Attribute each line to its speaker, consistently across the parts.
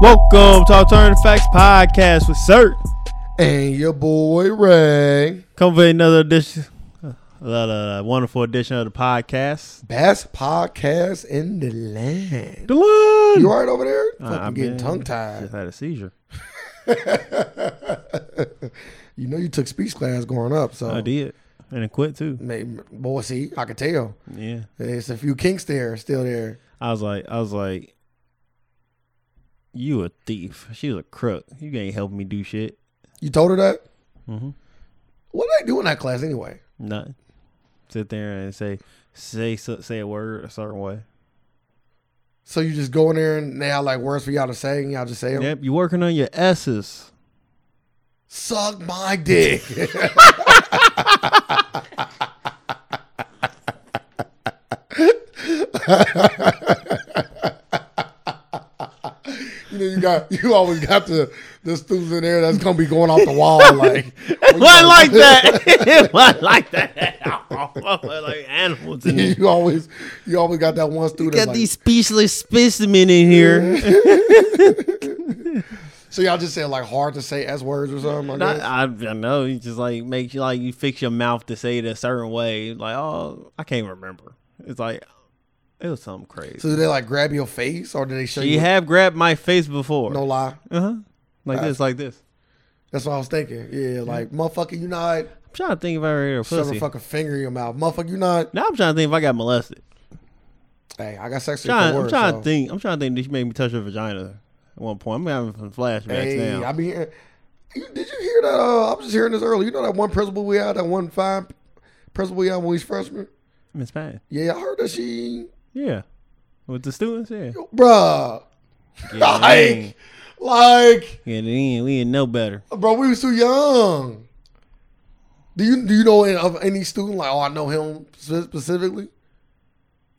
Speaker 1: Welcome to Alternative Facts Podcast with Sir.
Speaker 2: And your boy Ray.
Speaker 1: Come for another edition, another wonderful edition of the podcast.
Speaker 2: Best podcast in the land.
Speaker 1: Delon.
Speaker 2: You alright over there?
Speaker 1: Uh,
Speaker 2: Fucking
Speaker 1: I've
Speaker 2: getting
Speaker 1: been-
Speaker 2: tongue
Speaker 1: Just
Speaker 2: tied.
Speaker 1: had a seizure.
Speaker 2: you know you took speech class growing up, so
Speaker 1: I did, and it quit too.
Speaker 2: Maybe, boy, see, I could tell.
Speaker 1: Yeah,
Speaker 2: There's a few kinks there, still there.
Speaker 1: I was like, I was like, you a thief. She was a crook. You ain't helping me do shit.
Speaker 2: You told her that?
Speaker 1: Mhm.
Speaker 2: What did I do in that class anyway?
Speaker 1: Nothing. Sit there and say, say, so- say a word a certain way.
Speaker 2: So you just go in there and they have like words for y'all to say and y'all just say 'em?
Speaker 1: Yep, you working on your S's.
Speaker 2: Suck my dick. you know, you got you always got the the students in there that's gonna be going off the wall like
Speaker 1: It wasn't like that. it wasn't like that. It wasn't like animals in there.
Speaker 2: you always you always got that one student
Speaker 1: Got
Speaker 2: like,
Speaker 1: these speechless specimen in here.
Speaker 2: so y'all just said like hard to say S words or something like
Speaker 1: Not-
Speaker 2: that.
Speaker 1: I, I know. You just like makes you like you fix your mouth to say it a certain way. Like oh, I can't remember. It's like it was something crazy.
Speaker 2: So do they like grab your face or do they show
Speaker 1: you
Speaker 2: you
Speaker 1: have grabbed my face before.
Speaker 2: no lie?
Speaker 1: Uh huh. Like this, like this.
Speaker 2: That's what I was thinking. Yeah, like motherfucker, you not
Speaker 1: I'm trying to think if I ever hit a
Speaker 2: shove
Speaker 1: pussy.
Speaker 2: a fucking finger in your mouth. Motherfucker, you not
Speaker 1: Now I'm trying to think if I got molested.
Speaker 2: Hey, I got sex with
Speaker 1: Trying,
Speaker 2: the
Speaker 1: I'm
Speaker 2: word.
Speaker 1: trying
Speaker 2: so.
Speaker 1: to think. I'm trying to think. Did you make me touch your vagina at one point? I'm having some flashbacks
Speaker 2: Hey,
Speaker 1: now.
Speaker 2: I mean, you, did you hear that? Uh, I was just hearing this earlier. You know that one principal we had, that one fine principal we had when we was freshmen.
Speaker 1: Miss Patton.
Speaker 2: Yeah, I heard that she,
Speaker 1: Yeah. With the students, yeah.
Speaker 2: bruh,
Speaker 1: Like,
Speaker 2: like, like,
Speaker 1: yeah, we ain't, we ain't know better.
Speaker 2: bro, we was too young. Do you do you know any, of any student like? Oh, I know him spe- specifically,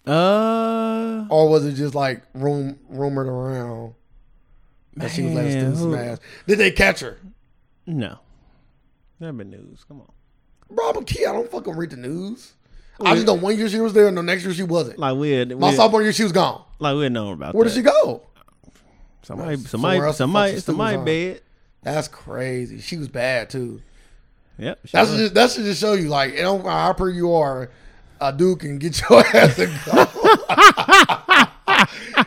Speaker 1: Uh,
Speaker 2: or was it just like room rumored around that she was letting
Speaker 1: Man,
Speaker 2: students
Speaker 1: who-
Speaker 2: smash? Did they catch her?
Speaker 1: no. Never been news. Come on.
Speaker 2: Bro, I'm a kid. I don't fucking read the news. I just know one year she was there and the next year she wasn't.
Speaker 1: Like we had, we
Speaker 2: My
Speaker 1: had-
Speaker 2: sophomore year she was gone.
Speaker 1: like we had known about
Speaker 2: Where
Speaker 1: that.
Speaker 2: did she go?
Speaker 1: Somebody,
Speaker 2: Somewhere
Speaker 1: somebody,
Speaker 2: else to fuck
Speaker 1: somebody,
Speaker 2: some
Speaker 1: somebody bed.
Speaker 2: students That's crazy. She was bad too.
Speaker 1: Yep. she
Speaker 2: That's
Speaker 1: was.
Speaker 2: just that should just show you like it don't matter how pretty you are, a dude can get your ass to go.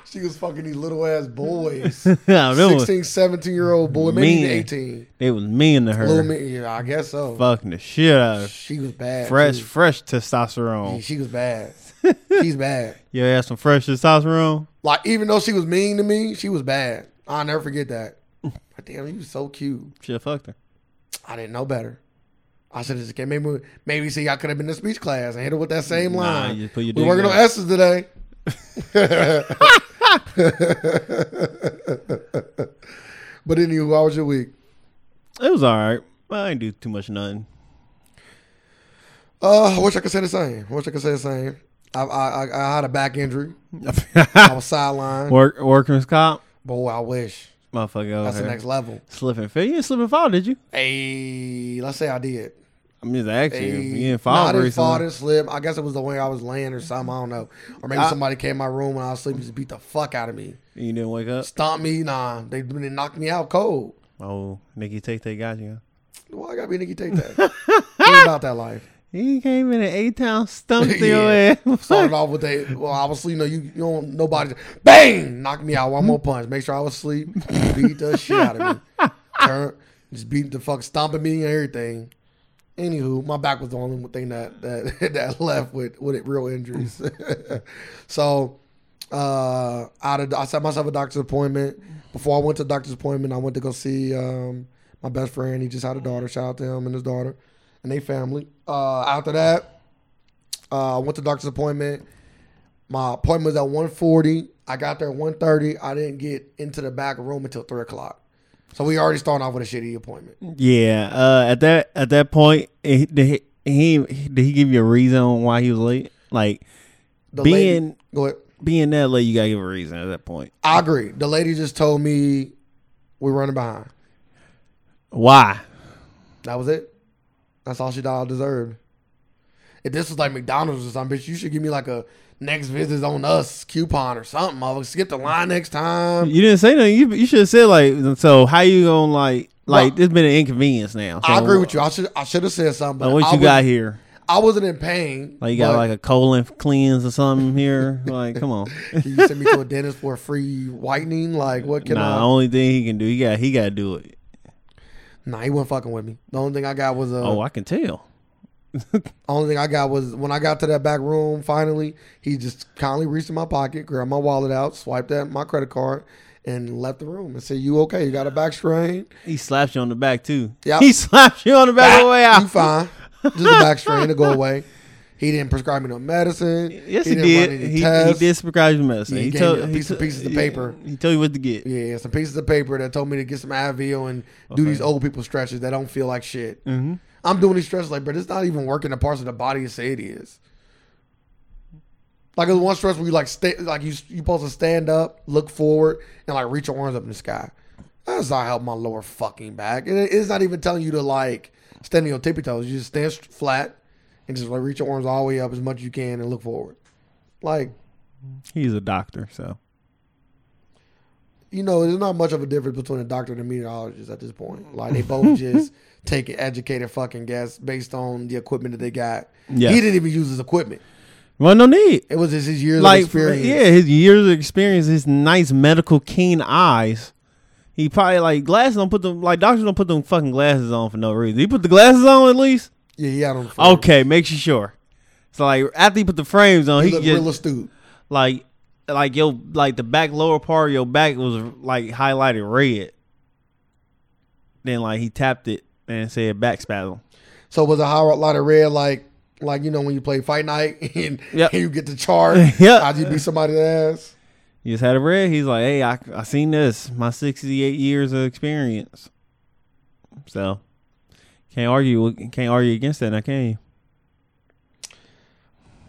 Speaker 2: she was fucking these little ass boys.
Speaker 1: I remember
Speaker 2: 16, 17 year old boy, maybe even
Speaker 1: Mean.
Speaker 2: 18.
Speaker 1: they was mean to her,
Speaker 2: Little me, yeah, I guess so.
Speaker 1: fucking the shit out of her.
Speaker 2: She was bad.
Speaker 1: Fresh,
Speaker 2: too.
Speaker 1: fresh testosterone.
Speaker 2: She was bad. She's bad.
Speaker 1: You had some fresh testosterone.
Speaker 2: Like even though she was mean to me, she was bad. I'll never forget that. But damn, you was so cute.
Speaker 1: She fucked her.
Speaker 2: I didn't know better. I should have just came. Maybe maybe see I could have been in speech class and hit her with that same
Speaker 1: Nah,
Speaker 2: line.
Speaker 1: you put your
Speaker 2: we
Speaker 1: dick
Speaker 2: working on
Speaker 1: down.
Speaker 2: S's today. but anywho, how was your week?
Speaker 1: It was all right. I ain't do too much nothing.
Speaker 2: Uh, I wish I could say the same. I wish I could say the same. I I, I, I had a back injury. I was sidelined.
Speaker 1: Work, workers comp.
Speaker 2: Boy, I wish.
Speaker 1: Motherfucker over
Speaker 2: That's
Speaker 1: here.
Speaker 2: the next level.
Speaker 1: Slip and fall. You didn't slip and fall, did you?
Speaker 2: Hey, let's say I did.
Speaker 1: I mean, it's actually
Speaker 2: Hey,
Speaker 1: you didn't
Speaker 2: nah,
Speaker 1: fall
Speaker 2: I didn't fall, I
Speaker 1: recently.
Speaker 2: didn't slip. I guess it was the way I was laying or something. I don't know. Or maybe somebody came in my room when I was sleeping, just beat the fuck out of me,
Speaker 1: and you didn't wake up.
Speaker 2: stomped me. Nah, they, they knocked me out cold.
Speaker 1: Oh, Nikki Tate Tate got you.
Speaker 2: Why I gotta be Nikki Take that? what about that life?
Speaker 1: He came in an eight town stump to
Speaker 2: Yeah.
Speaker 1: your ass.
Speaker 2: Started off with a well, I was sleeping. No, you, you don't nobody. Bang! Knocked me out. One more punch. Make sure I was asleep. Beat the shit out of me. Turn, just beat the fuck, stomping me and everything. Anywho, my back was the only thing that that, that left with with it, real injuries. so, uh, I had a, I set myself a doctor's appointment. Before I went to the doctor's appointment, I went to go see um, my best friend. He just had a daughter. Shout out to him and his daughter and they family. Uh, after that. Uh, I went to doctor's appointment. My appointment was at 1.40. I got there at 1.30. I didn't get into the back room until 3 o'clock. So we already starting off with a shitty appointment.
Speaker 1: yeah. Uh, at that at that point, it, did he, he did he give you a reason why he was late? Like
Speaker 2: The
Speaker 1: being
Speaker 2: lady, go ahead.
Speaker 1: being that late, you gotta give a reason at that point.
Speaker 2: I agree. The lady just told me we're running behind.
Speaker 1: Why?
Speaker 2: That was it. That's all she thought I deserved. If this was like McDonald's or something, bitch, you should give me like a next visit on us coupon or something. I'll skip the line next time.
Speaker 1: You didn't say nothing. You, you should have said like, so how you gonna like like
Speaker 2: Well,
Speaker 1: it's been an inconvenience now.
Speaker 2: I
Speaker 1: So,
Speaker 2: agree with you. I should I should have said something, but
Speaker 1: Like, what
Speaker 2: I,
Speaker 1: you
Speaker 2: was,
Speaker 1: got here?
Speaker 2: I wasn't in pain.
Speaker 1: Like you got
Speaker 2: but
Speaker 1: like a colon cleanse or something here? like come on.
Speaker 2: can you send me to a dentist for a free whitening? Like what can
Speaker 1: Nah,
Speaker 2: I?
Speaker 1: the only thing he can do, he got he got to do it.
Speaker 2: Nah, he wasn't fucking with me. The only thing I got was a.
Speaker 1: Oh, I can tell.
Speaker 2: Only thing I got was when I got to that back room. Finally, he just kindly reached in my pocket, grabbed my wallet out, swiped at my credit card, and left the room and said, "You okay? You got a back strain?
Speaker 1: He slaps you on the back too.
Speaker 2: Yep.
Speaker 1: He slaps you on the back of the way
Speaker 2: You
Speaker 1: out.
Speaker 2: fine? Just a back strain to go away." He didn't prescribe me no medicine.
Speaker 1: Yes, he,
Speaker 2: didn't
Speaker 1: did.
Speaker 2: run any
Speaker 1: He, he
Speaker 2: tests.
Speaker 1: did prescribe you medicine.
Speaker 2: He
Speaker 1: he
Speaker 2: gave
Speaker 1: told
Speaker 2: me a
Speaker 1: he
Speaker 2: piece of-
Speaker 1: told-
Speaker 2: pieces of paper.
Speaker 1: He, told you what to get.
Speaker 2: Yeah, some pieces of paper that told me to get some Advil and do these old people stretches that don't feel like shit. Mm-hmm. I'm doing these stretches like, bro, it's not even working the parts of the body you say it is. Like it was one stretch where you like stay, like you you supposed to stand up, look forward, and like reach your arms up in the sky. That's not help my lower fucking back, and it- it's not even telling you to like stand on your tippy toes. You just stand st- flat and just like reach your arms all the way up as much as you can and look forward. Like
Speaker 1: He's a doctor, so
Speaker 2: you know, there's not much of a difference between a doctor and a meteorologist at this point. Like they both just take an educated fucking guess based on the equipment that they got.
Speaker 1: Yeah.
Speaker 2: He didn't even use his equipment.
Speaker 1: well, no need.
Speaker 2: It was just his years
Speaker 1: Like
Speaker 2: of experience.
Speaker 1: yeah, his years of experience, his nice medical keen eyes. He probably like glasses don't put them like doctors don't put them fucking glasses on for no reason. He put the glasses on at least.
Speaker 2: Yeah, yeah, I don't know.
Speaker 1: Okay, makes you sure. So like after he put the frames on,
Speaker 2: He,
Speaker 1: he,
Speaker 2: looked
Speaker 1: just
Speaker 2: real astute.
Speaker 1: like like your like the back lower part of your back was like highlighted red. Then like he tapped it and said back spasm.
Speaker 2: So was a high lot of red like like you know when you play fight night and,
Speaker 1: Yep.
Speaker 2: and you get the chart,
Speaker 1: Yep.
Speaker 2: how'd you beat somebody's ass?
Speaker 1: He just had a red. He's like, hey, I I seen this. My sixty eight years of experience. So can't argue with- can't argue against that now, can you?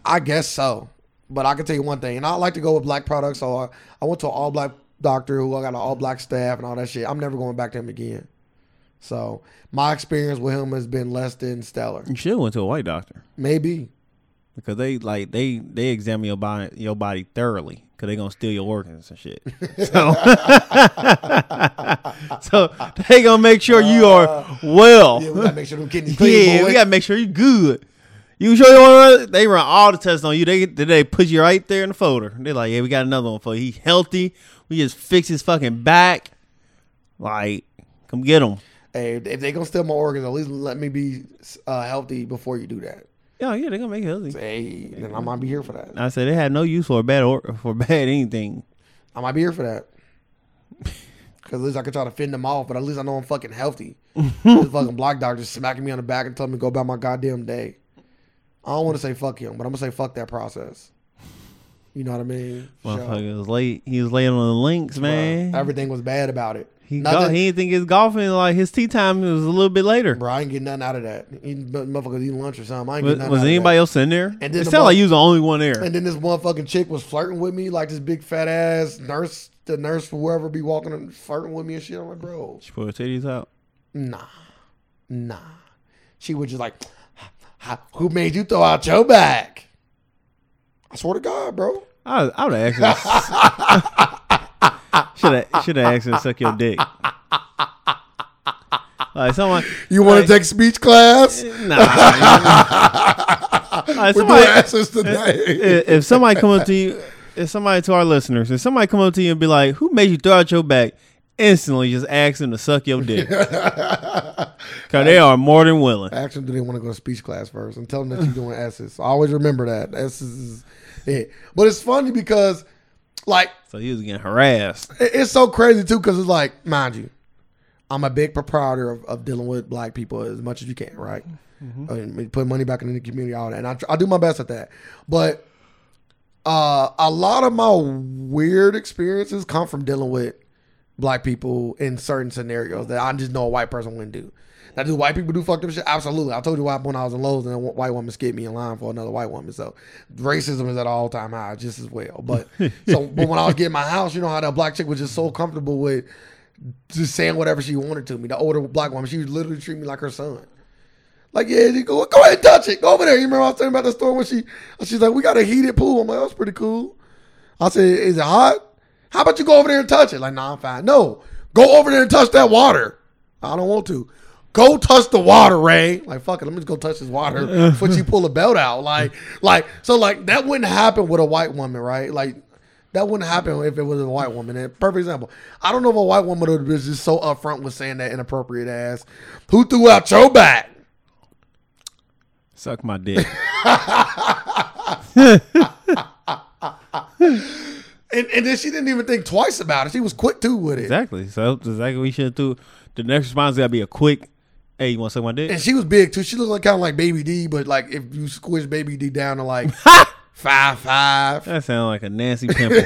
Speaker 2: I guess so. But I can tell you one thing, and I like to go with black products. So I, I went to an all black doctor who I got an all black staff and all that shit. I'm never going back to him again. So my experience with him has been less than stellar.
Speaker 1: You should have went to a white doctor.
Speaker 2: Maybe.
Speaker 1: Because they like they they examine your body your body thoroughly because they gonna steal your organs and shit. So, so they gonna make sure you are well.
Speaker 2: Uh,
Speaker 1: Yeah,
Speaker 2: Yeah, we gotta make sure them kidneys clean. boy.
Speaker 1: we gotta make sure you good. You sure you want? They run all the tests on you. They they put you right there in the folder. They're like, yeah, we got another one for you. He healthy. We just fix his fucking back. Like, come get him.
Speaker 2: hey, if they gonna steal my organs, at least let me be uh, healthy before you do that.
Speaker 1: Yeah, Oh, yeah, they gonna make you healthy.
Speaker 2: Hey, then I might be here for that.
Speaker 1: I said they had no use for a bad or for bad anything.
Speaker 2: I might be here for that. Cause at least I could try to fend them off, but at least I know I'm fucking healthy. this fucking block doctor smacking me on the back and telling me to go about my goddamn day. I don't want to say fuck him, but I'm gonna say fuck that process. You know what I mean? Sure.
Speaker 1: Motherfucker was late. He was late on the links, man.
Speaker 2: Everything was bad about it.
Speaker 1: he
Speaker 2: nothing,
Speaker 1: go, he didn't think his golfing like his tea time was a little bit later.
Speaker 2: bro, I ain't getting nothing out of that. He, motherfuckers eating lunch or something. I ain't
Speaker 1: Was,
Speaker 2: getting nothing
Speaker 1: was
Speaker 2: out of
Speaker 1: anybody
Speaker 2: that.
Speaker 1: else in there?
Speaker 2: then
Speaker 1: It
Speaker 2: the
Speaker 1: sounded like you was the only one there.
Speaker 2: And then this one fucking chick was flirting with me, like this big fat ass nurse, the nurse, whoever be walking and flirting with me and shit. I'm like, bro,
Speaker 1: She put her titties out.
Speaker 2: Nah, nah. She was just like, "Who made you throw out your back?" I swear to God, bro.
Speaker 1: I, I would have asked her. should have should have asked her to suck your dick. Like someone,
Speaker 2: You want
Speaker 1: Like-
Speaker 2: to take speech class?
Speaker 1: nah. man. like
Speaker 2: We're
Speaker 1: somebody,
Speaker 2: doing essays today.
Speaker 1: if, if somebody come up to you, if somebody to our listeners, if somebody come up to you and be like, "Who made you throw out your back?" Instantly, just ask them to suck your dick. Cause they are more than willing.
Speaker 2: I actually didn't want to go to speech class first. I'm telling them that you're doing essays. I always remember that. Essays is it. But it's funny because, like,
Speaker 1: So he was getting harassed.
Speaker 2: It- it's so crazy too because it's like mind you i'm a big proprietor of, of dealing with black people as much as you can right I mean, we put money back in the community all that and I, tr- I do my best at that but uh, a lot of my weird experiences come from dealing with black people in certain scenarios that I just know a white person wouldn't do. Now, do white people do fucked up shit? Absolutely. I told you why when I was in Lowe's and a white woman skipped me in line for another white woman. So racism is at all time high, just as well. But so, but when I was getting my house, you know how that black chick was just so comfortable with just saying whatever she wanted to me. The older black woman, she would literally treat me like her son. Like, yeah, she go, go ahead and touch it. Go over there. You remember I was talking about the store when she she's like, we got a heated pool. I'm like, that's pretty cool. I said, is it hot? How about you go over there and touch it? Like, nah, I'm fine. No, go over there and touch that water. I don't want to. Go touch the water, Ray. Like, fuck it, let me just go touch this water before she pull a belt out. Like, like, so like that wouldn't happen with a white woman, right? Like, that wouldn't happen if it was a white woman. And perfect example. I don't know if a white woman would be just so upfront with saying that inappropriate ass. Who threw out your back?
Speaker 1: Suck my dick.
Speaker 2: And, and then she didn't even think twice about it. She was quick too with it.
Speaker 1: exactly. So that's exactly what we should do. The next response got to be a quick, hey, you want to suck my dick?
Speaker 2: And she was big too. She looked like kind of like Baby D, but like if you squish Baby D down to like five five,
Speaker 1: That sounds like a nasty pimple.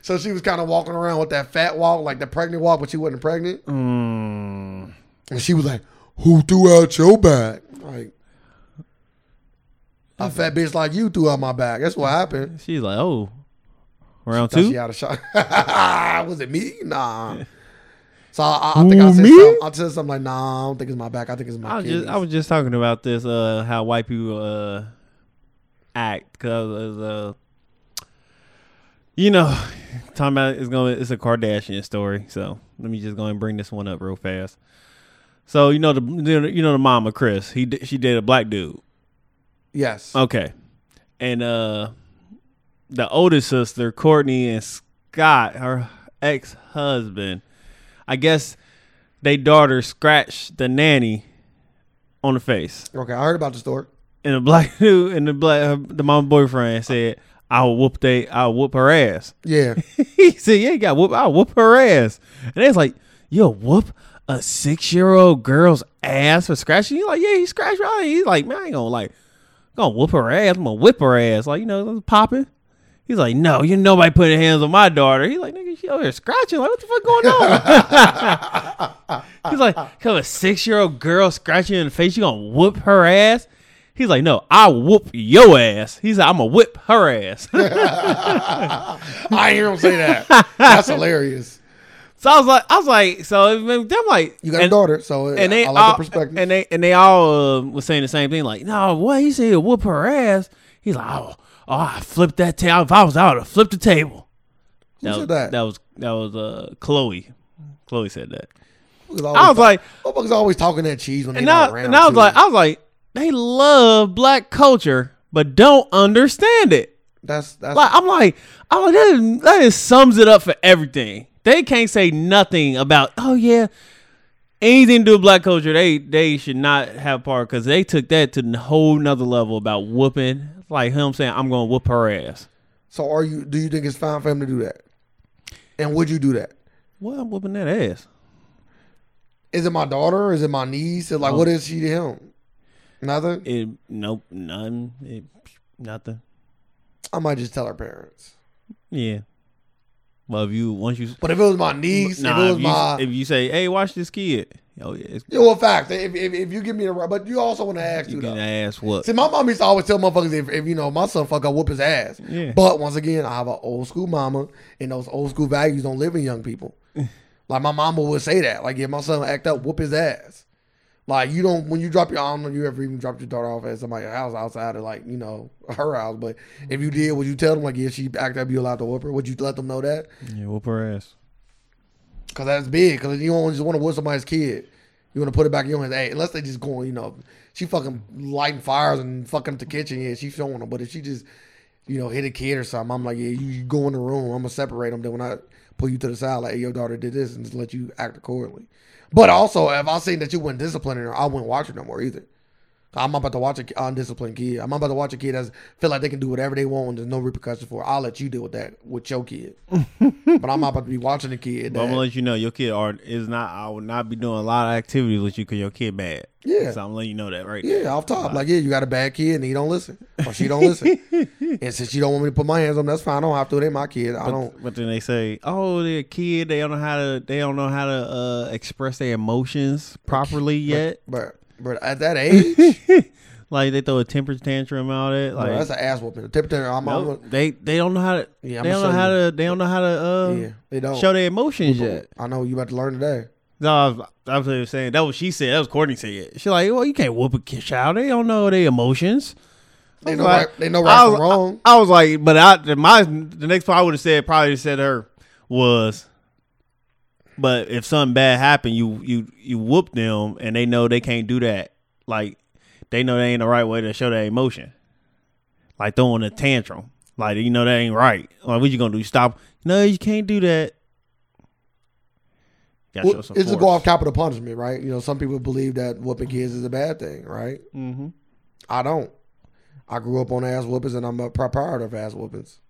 Speaker 2: so she was kind of walking around with that fat walk, like the pregnant walk, but she wasn't pregnant.
Speaker 1: Mm.
Speaker 2: And she was like, "Who threw out your back?" Like a fat bitch like you threw out my back. That's what happened.
Speaker 1: She's like, oh, round
Speaker 2: Thought
Speaker 1: two?
Speaker 2: She out of shot. was it me? Nah. So I, I think I
Speaker 1: Who,
Speaker 2: said
Speaker 1: me?
Speaker 2: something. I said something like, "Nah, I don't think it's my back. I think it's my."
Speaker 1: I was
Speaker 2: kidneys."
Speaker 1: just I was just talking about this uh how white people uh act because uh you know talking about it's going to it's a Kardashian story so let me just go and bring this one up real fast. So you know the you know the mama Chris he di- she did a black dude
Speaker 2: yes.
Speaker 1: okay and uh the older sister Courtney and Scott her ex husband I guess they daughter scratched the nanny on the face
Speaker 2: Okay, I heard about the story.
Speaker 1: and the black dude and the black uh, the mom boyfriend said, "I'll whoop they, I'll whoop her ass."
Speaker 2: Yeah.
Speaker 1: he said, "Yeah, you got whoop, I'll whoop her ass." And they was like, "Yo, whoop a six year old girl's ass for scratching?" You like, "Yeah, he scratched her." ass." He's like, "Man, I ain't gonna like, gonna whoop her ass. I'm gonna whip her ass." Like, you know, popping. He's like, "No, you nobody putting hands on my daughter." He's like, "Nigga, she over here scratching. Like, what the fuck going on?" He's like, "Come a six year old girl scratching in the face. You gonna whoop her ass?" He's like, "No, I whoop your ass." He's like, "I'm gonna whip her ass."
Speaker 2: I hear him say that. That's hilarious.
Speaker 1: So I was like, I was like, so I'm like,
Speaker 2: You got
Speaker 1: and,
Speaker 2: a daughter, so uh,
Speaker 1: and they
Speaker 2: I like
Speaker 1: all,
Speaker 2: the perspective.
Speaker 1: and they and they all uh, was saying the same thing, like, no, what he said, whoop her ass. He's like, oh, oh I flipped that table. If I was out, I'd flip the table.
Speaker 2: Who
Speaker 1: that,
Speaker 2: said
Speaker 1: was-
Speaker 2: that?
Speaker 1: That was that was uh, Chloe. Chloe said that.
Speaker 2: Motherfuckers
Speaker 1: I was
Speaker 2: always
Speaker 1: like,
Speaker 2: talk- motherfuckers always talking that cheese when they
Speaker 1: and I,
Speaker 2: not around.
Speaker 1: and I was
Speaker 2: too.
Speaker 1: like, I was like, they love black culture, but don't understand it.
Speaker 2: that's that's
Speaker 1: Like I'm like, I'm like that, is, that is sums it up for everything. They can't say nothing about oh yeah, anything to do with black culture. They they should not have part because they took that to a whole nother level about whooping. Like him saying, I'm gonna whoop her ass.
Speaker 2: so. Are you? Do you think it's fine for him to do that? And would you do that?
Speaker 1: Well, I'm whooping that ass.
Speaker 2: Is it my daughter? Is it my niece? Is like what is she to him? Nothing.
Speaker 1: It nope, none, it, nothing.
Speaker 2: I might just tell her parents.
Speaker 1: Yeah. Well, if you once you
Speaker 2: But if it was my niece,
Speaker 1: nah,
Speaker 2: if it
Speaker 1: if,
Speaker 2: was
Speaker 1: you,
Speaker 2: my
Speaker 1: if you say, hey, watch this kid. Oh yeah, it's
Speaker 2: you know, a fact. If, if, if you give me the right, but you also want to ask
Speaker 1: you
Speaker 2: you
Speaker 1: getting
Speaker 2: though.
Speaker 1: that ass whooped.
Speaker 2: See, my mom used to always tell motherfuckers if, if you know my son fuck, I whoop his ass.
Speaker 1: Yeah.
Speaker 2: But once again, I have an old school mama, and those old school values don't live in young people. like my mama would say that, like if my son act up, whoop his ass. Like you don't when you drop your, I don't know you ever even dropped your daughter off at somebody's house outside of like you know her house, but if you did, would you tell them like yeah she act up, you allowed to whoop her? Would you let them know that?
Speaker 1: Yeah, whoop her ass.
Speaker 2: Cause that's big. Cause you don't just want to whoop somebody's kid. You want to put it back in your hands. Hey, unless they just going, you know, she fucking lighting fires and fucking up the kitchen. Yeah, she showing them. But if she just, you know, hit a kid or something, I'm like, yeah, you, you go in the room. I'm gonna separate them. Then when I pull you to the side, like, hey, your daughter did this, and just let you act accordingly. But also, if I seen that you weren't disciplining her, I wouldn't watch her no more either. I'm not about to watch an undisciplined kid. I'm not about to watch a kid that's feel like they can do whatever they want and there's no repercussions for. it. I'll let you deal with that with your kid. but I'm not about to be watching a kid.
Speaker 1: But I'm
Speaker 2: that-
Speaker 1: gonna let you know your kid are is not. I will not be doing a lot of activities with you because your kid bad.
Speaker 2: Yeah.
Speaker 1: So I'm letting you know that right. now.
Speaker 2: Yeah, off top. Like, yeah, you got a bad kid and he don't listen. Or she don't listen. and since you don't want me to put my hands on him, that's fine. I don't have to. It ain't my kid. I don't.
Speaker 1: But then they say, oh, they're a kid. They don't know how to. They don't know how to uh, express their emotions properly yet.
Speaker 2: But but at that age,
Speaker 1: like they throw a temper tantrum out it.
Speaker 2: bro,
Speaker 1: Like
Speaker 2: that's an ass whooping. Tip there. I'm,
Speaker 1: no,
Speaker 2: I'm
Speaker 1: they they don't know how to.
Speaker 2: Yeah,
Speaker 1: they
Speaker 2: I'ma
Speaker 1: don't know
Speaker 2: show
Speaker 1: how
Speaker 2: you. Oh.
Speaker 1: to. They don't know how to. Uh,
Speaker 2: yeah, they don't.
Speaker 1: Show their emotions yet.
Speaker 2: I know you about to learn today.
Speaker 1: No, I was, I was just saying that was she said. That was Courtney said. She like, well, you can't whoop a kid child. They don't know their emotions.
Speaker 2: They
Speaker 1: I was
Speaker 2: know
Speaker 1: like-
Speaker 2: right, they know right
Speaker 1: I was-
Speaker 2: from wrong.
Speaker 1: I, I was like, but I my the next part I would have said probably said her was, but if something bad happened, you you you whoop them and they know they can't do that. Like they know they ain't the right way to show their emotion. Like throwing a tantrum. Like you know that ain't right. Like what you gonna do? Stop? No, you can't do that. Gotta
Speaker 2: Well,
Speaker 1: show
Speaker 2: it's
Speaker 1: some
Speaker 2: to go
Speaker 1: force.
Speaker 2: off capital punishment, right? You know, some people believe that whooping kids is a bad thing, right?
Speaker 1: Mhm.
Speaker 2: I don't. I grew up on ass whoopings, and I'm a proprietor of ass whoopings.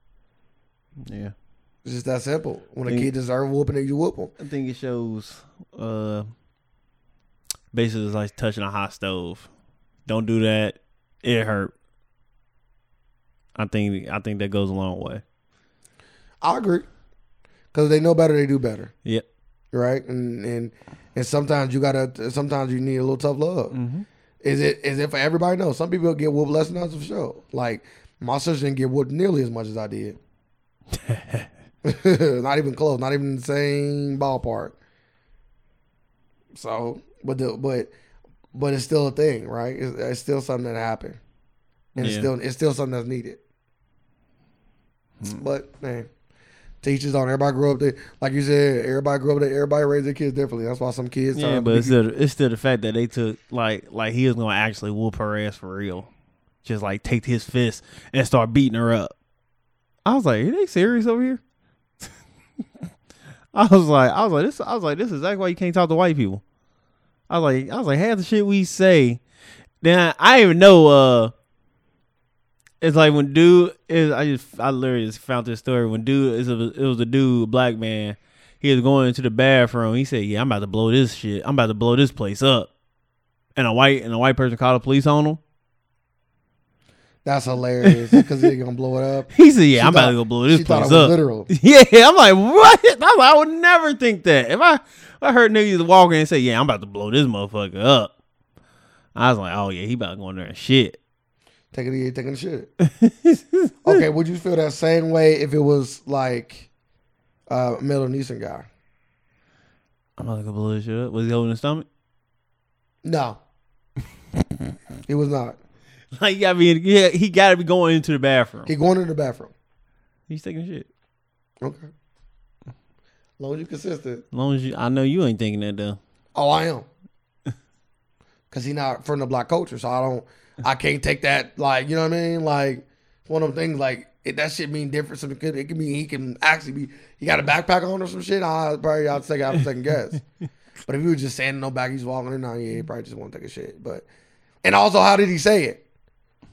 Speaker 1: Yeah.
Speaker 2: It's just that simple. When a
Speaker 1: Mm.
Speaker 2: kid deserves whooping, you whoop them.
Speaker 1: I think it shows uh basically it's like touching a hot stove. Don't do that. It hurt. I think I think that goes a long way.
Speaker 2: I agree, because they know better, they do better.
Speaker 1: Yep.
Speaker 2: right? And and and sometimes you gotta, sometimes you need a little tough love. Is it is it for everybody? No, some people get whooped less than others for sure. Like my sister didn't get whooped nearly as much as I did. not even close. Not even the same ballpark. So, but the but but it's still a thing, right? It's, it's still something that happened, and it's
Speaker 1: Yeah.
Speaker 2: still it's still something that's needed. But man, teachers on everybody grew up there. Like you said, everybody grew up there. Everybody raised their kids differently. That's why some kids. turn
Speaker 1: Yeah,
Speaker 2: out to
Speaker 1: but
Speaker 2: be
Speaker 1: it's still, it's still the fact that they took like like he was gonna actually whoop her ass for real. Just like take his fist and start beating her up. I was like, are they serious over here? I was like, I was like, this, I was like, this is exactly why you can't talk to white people. I was like, I was like, half the shit we say. Then I, I even know. uh It's like when dude is, I just, I literally just found this story when dude is, a, it was a dude, a black man. He was going into the bathroom. He said, "Yeah, I'm about to blow this shit. I'm about to blow this place up." And a white and a white person called the police on him.
Speaker 2: That's hilarious because they're gonna blow it up.
Speaker 1: He said, "Yeah,
Speaker 2: She
Speaker 1: I'm about
Speaker 2: thought-
Speaker 1: to go blow this
Speaker 2: she thought
Speaker 1: place
Speaker 2: it was
Speaker 1: up."
Speaker 2: literal.
Speaker 1: Yeah, I'm like, what? I'm like, I would never think that. If I, if I heard niggas walking and say, "Yeah, I'm about to blow this motherfucker up," I was like, "Oh yeah, he about to go in there and shit."
Speaker 2: Taking the taking the shit. okay, would you feel that same way if it was like uh, a Middle Eastern guy?
Speaker 1: I'm about to go blow this shit up. Was he holding his stomach?
Speaker 2: No, he was not.
Speaker 1: Like, you gotta be, yeah, he gotta be going into the bathroom.
Speaker 2: He going to the bathroom.
Speaker 1: He's taking shit.
Speaker 2: Okay, as long as you consistent.
Speaker 1: As long as you, I know you ain't thinking that though.
Speaker 2: Oh, I am. Cause he not from the black culture, so I don't. I can't take that. Like you know what I mean? Like it's one of them things. Like it, that shit mean different. Some it could it could mean he can actually be. He got a backpack on or some shit. I probably I'd take I'd second guess. but if he was just standing no back, he's walking in. Now yeah, he probably just want to take a shit. But and also, how did he say it?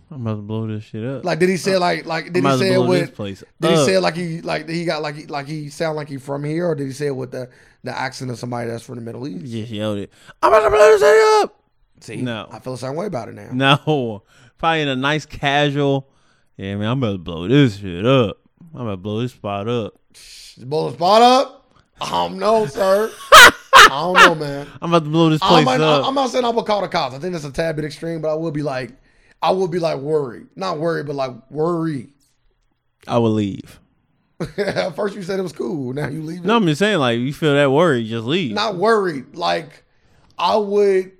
Speaker 1: I'm about to blow this shit up.
Speaker 2: Like did he say like like did
Speaker 1: I'm about to
Speaker 2: he say it
Speaker 1: blow this
Speaker 2: with?
Speaker 1: place
Speaker 2: Did he
Speaker 1: up.
Speaker 2: say it like he like he got like he like he sound like he from here, or did he say it with the the accent of somebody that's from the Middle East?
Speaker 1: He just yelled it. I'm about to blow this shit up.
Speaker 2: See,
Speaker 1: No.
Speaker 2: I feel the same way about it now.
Speaker 1: No, probably in a nice casual. Yeah, man, I'm about to blow this shit up. I'm about to blow this spot up.
Speaker 2: Is Bowling spot up? I don't know, sir. I don't know, man.
Speaker 1: I'm about to blow this
Speaker 2: I
Speaker 1: place
Speaker 2: might,
Speaker 1: up.
Speaker 2: I'm not saying I would call the cops. I think that's a tad bit extreme, but I would be like, I would be like worried. Not worried, but like worry.
Speaker 1: I will leave.
Speaker 2: At first you said it was cool. Now you leave.
Speaker 1: No, I'm just saying, like, you feel that worry, just leave.
Speaker 2: Not worried. Like I would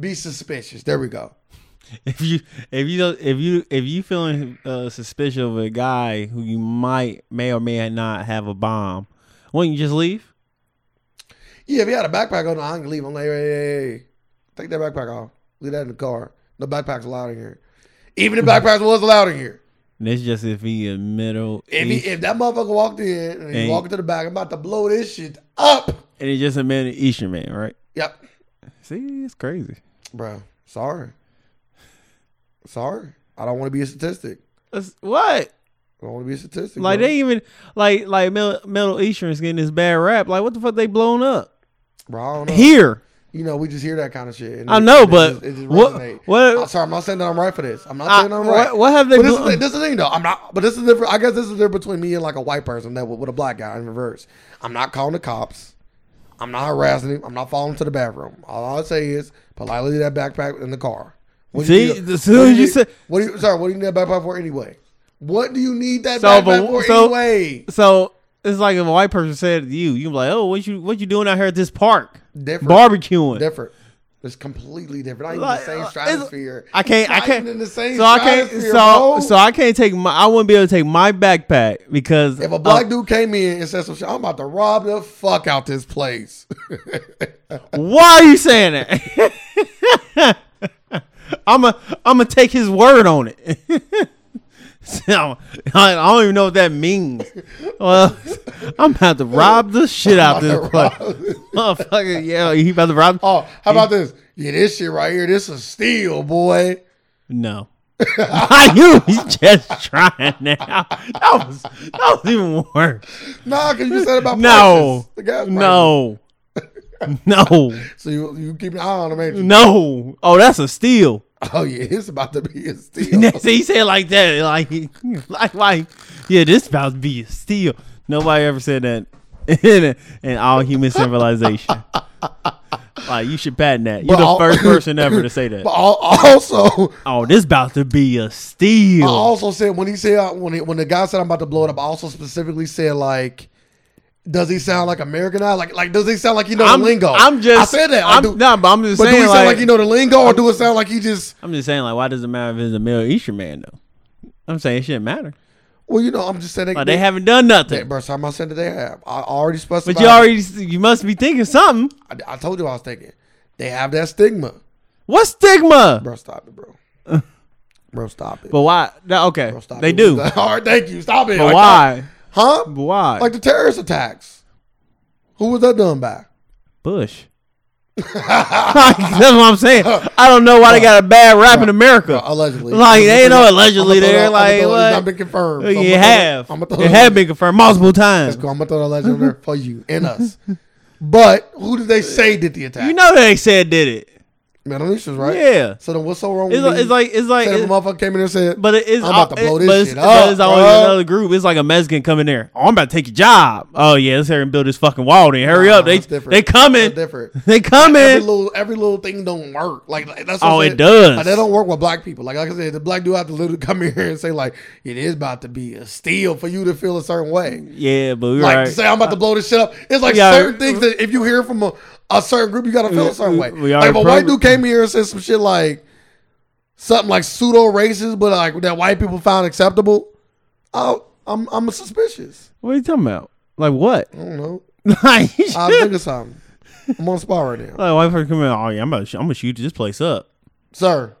Speaker 2: be suspicious. There we go.
Speaker 1: If you, if you, don't, if you, if you feeling uh, suspicious of a guy who you might, may or may not have a bomb, wouldn't you just leave?
Speaker 2: Yeah, if you had a backpack on, I can leave. I'm like, hey, hey, hey, take that backpack off. Leave that in the car. No backpacks allowed in here. Even if backpacks was allowed in here.
Speaker 1: And it's just if he a middle,
Speaker 2: If, he,
Speaker 1: East-
Speaker 2: if that motherfucker walked in and he
Speaker 1: Hey.
Speaker 2: walked into the back, I'm about to blow this shit up.
Speaker 1: and it's just a middle Eastern man, right?
Speaker 2: Yep.
Speaker 1: See, it's crazy.
Speaker 2: Bro, sorry. Sorry. I don't want to be a statistic.
Speaker 1: That's, what?
Speaker 2: I don't want to be a statistic.
Speaker 1: Like
Speaker 2: bro.
Speaker 1: they even like like Middle, Middle Eastern is getting this bad rap. Like what the fuck they blown up
Speaker 2: Bro, I don't know.
Speaker 1: here?
Speaker 2: you know, we just hear that kind of shit. and
Speaker 1: I
Speaker 2: it-
Speaker 1: know,
Speaker 2: it
Speaker 1: but
Speaker 2: just- it just
Speaker 1: what-
Speaker 2: resonate.
Speaker 1: what-
Speaker 2: I'm sorry, I'm not saying that I'm right for this. I'm not
Speaker 1: I-
Speaker 2: saying I'm right.
Speaker 1: what, what have they?
Speaker 2: But this is,
Speaker 1: blown-
Speaker 2: the, this is the thing though. I'm not. But this is different. I guess this is different between me and like a white person that with, with a black guy in reverse. I'm not calling the cops. I'm not harassing him. I'm not following him to the bathroom. All I say is politely leave that backpack in the car. What do
Speaker 1: See, as soon
Speaker 2: what do
Speaker 1: as you said-
Speaker 2: what do you, sorry, what do you need that backpack for anyway? What do you need that
Speaker 1: So,
Speaker 2: backpack
Speaker 1: but-
Speaker 2: for
Speaker 1: so-
Speaker 2: anyway?
Speaker 1: so It's like if a white person said to you, you be like, "Oh, what you what you doing out here at this park?
Speaker 2: Different.
Speaker 1: Barbecuing."
Speaker 2: different. It's completely different. Not
Speaker 1: Like, uh,
Speaker 2: even the same
Speaker 1: it's-
Speaker 2: stratosphere.
Speaker 1: I can't. I
Speaker 2: Not
Speaker 1: can't.
Speaker 2: even in the same
Speaker 1: so I can't. So
Speaker 2: stratosphere, bro.
Speaker 1: so I can't take my. I wouldn't be able to take my backpack because
Speaker 2: If a black dude came in and said some shit, I'm about to rob the fuck out this place.
Speaker 1: Why are you saying that? I'm a I'm gonna take his word on it. so, I, I don't even know what that means. Well, I'm about to rob the shit out this place. Motherfucker, yeah, he about to rob?
Speaker 2: oh, how about this? Yeah, this shit right here, this is steel, boy.
Speaker 1: No. I knew he's just trying now. That was that was even worse.
Speaker 2: Nah, because you said about
Speaker 1: No,
Speaker 2: prices, the gas prices.
Speaker 1: no, no,
Speaker 2: So you, you keep an eye on them, ain't you?
Speaker 1: no. Oh, that's a steal.
Speaker 2: Oh yeah, it's about to be a steal.
Speaker 1: And that's- he said like that, like, like, like, yeah, this about to be a steal. Nobody ever said that in, in all human civilization. like, you should patent that. You're
Speaker 2: But
Speaker 1: the
Speaker 2: all-
Speaker 1: first person ever to say
Speaker 2: But
Speaker 1: that.
Speaker 2: al- also,
Speaker 1: Oh, this about to be a
Speaker 2: I
Speaker 1: steal.
Speaker 2: also said when he said when he, when the guy said I'm about to blow it up, I also specifically said like, does he sound like Americanized? Like like does he sound like he know
Speaker 1: I'm,
Speaker 2: the lingo?
Speaker 1: I'm just.
Speaker 2: I said that. Like,
Speaker 1: I'm,
Speaker 2: do-
Speaker 1: nah, but I'm just
Speaker 2: but do he
Speaker 1: saying.
Speaker 2: sound
Speaker 1: Like,
Speaker 2: like he know the lingo, or do it sound like he just?
Speaker 1: I'm just saying. Like, why does it matter if it's a Middle Eastern man though? I'm saying it shouldn't matter.
Speaker 2: Well, you know, I'm just saying
Speaker 1: Like, they haven't done nothing.
Speaker 2: Bro, so I'm not saying that they have. I already specified.
Speaker 1: But you already, you must be thinking something.
Speaker 2: I, I told you what I was thinking. They have that stigma.
Speaker 1: What stigma?
Speaker 2: Bro, stop it, bro. bro, stop it.
Speaker 1: But why? No, okay,
Speaker 2: Bro, stop
Speaker 1: they
Speaker 2: it.
Speaker 1: do.
Speaker 2: All right, thank you. Stop it.
Speaker 1: But
Speaker 2: Like,
Speaker 1: why?
Speaker 2: Huh?
Speaker 1: But why?
Speaker 2: Like the terrorist attacks. Who was that done by?
Speaker 1: Bush. Like, that's what I'm saying. I don't know why they got a bad rap in America.
Speaker 2: Allegedly.
Speaker 1: Like, they
Speaker 2: I'ma
Speaker 1: know
Speaker 2: throw that-
Speaker 1: allegedly
Speaker 2: I'ma throw
Speaker 1: they're
Speaker 2: that- I'ma
Speaker 1: like,
Speaker 2: throw that- It's
Speaker 1: what?
Speaker 2: not been confirmed.
Speaker 1: you have.
Speaker 2: I'm
Speaker 1: it had been confirmed multiple times.
Speaker 2: I'm gonna throw the legend on there for you and us. But who did they say did the attack?
Speaker 1: You know they said did it.
Speaker 2: Middle Easters, right?
Speaker 1: Yeah.
Speaker 2: So then what's so wrong
Speaker 1: It's
Speaker 2: with
Speaker 1: like, it's like it's like.
Speaker 2: Said if a
Speaker 1: it's-
Speaker 2: motherfucker came in there and said,
Speaker 1: but it is.
Speaker 2: I'm about to blow
Speaker 1: it-
Speaker 2: this
Speaker 1: but it's-
Speaker 2: shit
Speaker 1: but it's
Speaker 2: up,
Speaker 1: always
Speaker 2: bro.
Speaker 1: another group. It's like a Mexican coming there. Oh, I'm about to take your job. Oh yeah, let's hurry and build this fucking wall. Then hurry
Speaker 2: Nah,
Speaker 1: up. They
Speaker 2: that's different.
Speaker 1: they
Speaker 2: That's
Speaker 1: coming.
Speaker 2: different.
Speaker 1: They
Speaker 2: Every
Speaker 1: coming.
Speaker 2: little every little thing don't work. Like like, that's what
Speaker 1: Oh,
Speaker 2: I'm
Speaker 1: it
Speaker 2: saying.
Speaker 1: does.
Speaker 2: Like, that don't work with black people. Like, like I said, the black dude have to literally come here and say like, it is about to be a steal for you to feel a certain way.
Speaker 1: Yeah, but we
Speaker 2: Like
Speaker 1: right.
Speaker 2: to say I'm about to blow this shit up. It's like
Speaker 1: Yeah.
Speaker 2: certain things that if you hear from a, a certain group, you gotta feel a certain
Speaker 1: we-
Speaker 2: way.
Speaker 1: we
Speaker 2: like if
Speaker 1: are
Speaker 2: a white
Speaker 1: programmed-
Speaker 2: dude came here and said some shit like something like pseudo racist, but like that white people found acceptable, I'll, I'm I'm suspicious.
Speaker 1: What are you talking about? Like what?
Speaker 2: I don't know.
Speaker 1: Like you
Speaker 2: I'll
Speaker 1: should-
Speaker 2: think of something. I'm on spot right now.
Speaker 1: Like, white person come in, oh yeah, I'm gonna, I'm gonna shoot this place up.
Speaker 2: Sir.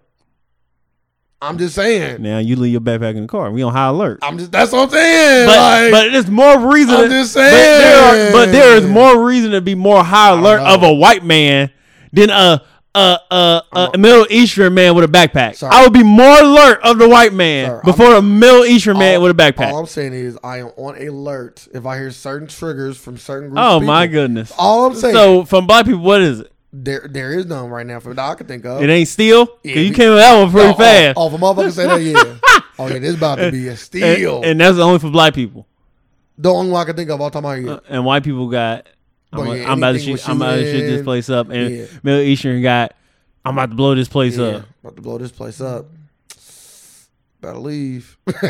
Speaker 2: I'm just saying.
Speaker 1: Now you leave your backpack in the car. We on high alert.
Speaker 2: I'm just that's what I'm saying.
Speaker 1: But
Speaker 2: like,
Speaker 1: but there's more reason.
Speaker 2: I'm
Speaker 1: to-
Speaker 2: just
Speaker 1: But there,
Speaker 2: saying.
Speaker 1: are, but there is more reason to be more high alert
Speaker 2: know.
Speaker 1: of a white man than a a a, a, Middle Eastern man with a backpack.
Speaker 2: Sorry.
Speaker 1: I would be more alert of the white man
Speaker 2: Sorry, I'm-
Speaker 1: before a Middle Eastern man
Speaker 2: all-
Speaker 1: with a backpack.
Speaker 2: All I'm saying is I am on alert if I hear certain triggers from certain groups.
Speaker 1: oh
Speaker 2: of
Speaker 1: my
Speaker 2: people.
Speaker 1: goodness.
Speaker 2: All I'm saying
Speaker 1: So from black people, what is it?
Speaker 2: there there is none right now for that I can think of.
Speaker 1: It ain't steal. 'Cause
Speaker 2: Yeah,
Speaker 1: you
Speaker 2: we-
Speaker 1: came with that one pretty
Speaker 2: oh,
Speaker 1: fast,
Speaker 2: Oh, if a motherfucker say that, yeah. Oh yeah, this about to be a steal.
Speaker 1: and, and that's only for black people.
Speaker 2: the only one I can think of all time I hear.
Speaker 1: and white people got I'm,
Speaker 2: But
Speaker 1: a-
Speaker 2: yeah,
Speaker 1: I'm about to
Speaker 2: anything
Speaker 1: shoot
Speaker 2: with
Speaker 1: I'm about to shoot this
Speaker 2: shooting,
Speaker 1: place up and
Speaker 2: yeah.
Speaker 1: Middle Eastern got I'm about to blow this place
Speaker 2: Yeah,
Speaker 1: up.
Speaker 2: about to blow this place up. Better leave.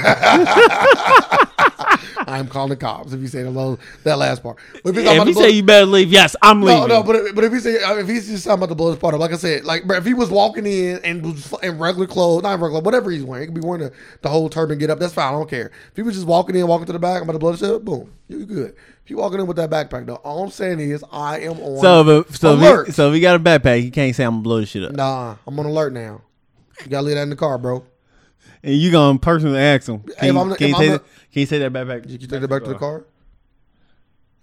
Speaker 2: I'm calling the cops if you say the low, that last part. But if, it's I'm
Speaker 1: And if
Speaker 2: about to
Speaker 1: you
Speaker 2: blow-
Speaker 1: say you better leave, yes, I'm
Speaker 2: No,
Speaker 1: leaving.
Speaker 2: no, but if- but if he say if he's just talking about the blow his part up, like I said, like bro, if he was walking in and was in regular clothes, not in regular, whatever he's wearing, he could be wearing the, the whole turban, get up, that's fine, I don't care. If he was just walking in, walking to the back, I'm about to blow this up, boom, you good. If you walking in with that backpack, though, all I'm saying is I am on
Speaker 1: so if, so if
Speaker 2: alert.
Speaker 1: he, so if he got a backpack, he can't say I'm gonna blow this shit up.
Speaker 2: nah, I'm on alert now. You gotta leave that in the car, bro.
Speaker 1: And you gonna personally ask him, can,
Speaker 2: If
Speaker 1: you-
Speaker 2: I'm the-
Speaker 1: can,
Speaker 2: if
Speaker 1: you, take
Speaker 2: I'm
Speaker 1: that, can you take that backpack?
Speaker 2: You take it back to the car.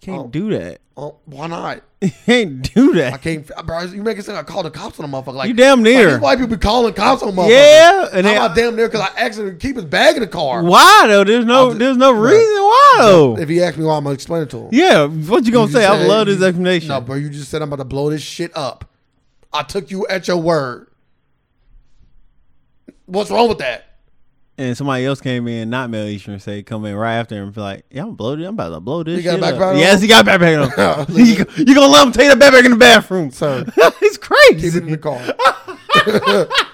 Speaker 1: Can't do that.
Speaker 2: Oh, why not?
Speaker 1: can't do
Speaker 2: I
Speaker 1: that.
Speaker 2: can't, bro. You making it sound like I called the cops on a motherfucker. Like
Speaker 1: You damn near.
Speaker 2: Like, these white people be calling cops on motherfuckers.
Speaker 1: Yeah, and
Speaker 2: and
Speaker 1: they-
Speaker 2: I'm not damn near because I accidentally keep his bag in the car.
Speaker 1: Why though? There's no
Speaker 2: I'll ju-
Speaker 1: there's no
Speaker 2: bruh.
Speaker 1: reason why though.
Speaker 2: If he asked me why, I'm gonna explain it to him.
Speaker 1: yeah, what you gonna
Speaker 2: You
Speaker 1: say? I
Speaker 2: said-
Speaker 1: love this
Speaker 2: you-
Speaker 1: explanation.
Speaker 2: No, bro, you just said I'm about to blow this shit up. I took you at your word. What's wrong with that?
Speaker 1: and somebody else came in, not Mel Eastern, say come in right after him and be like, "Yeah, I'm bloated. I'm about to blow this."
Speaker 2: You got a
Speaker 1: shit up."
Speaker 2: backpack on?
Speaker 1: Yes, he got a backpack on.
Speaker 2: Look
Speaker 1: you, go- you gonna let him take that backpack in the bathroom?
Speaker 2: Sir.
Speaker 1: it's
Speaker 2: Keep it
Speaker 1: crazy.
Speaker 2: in the car.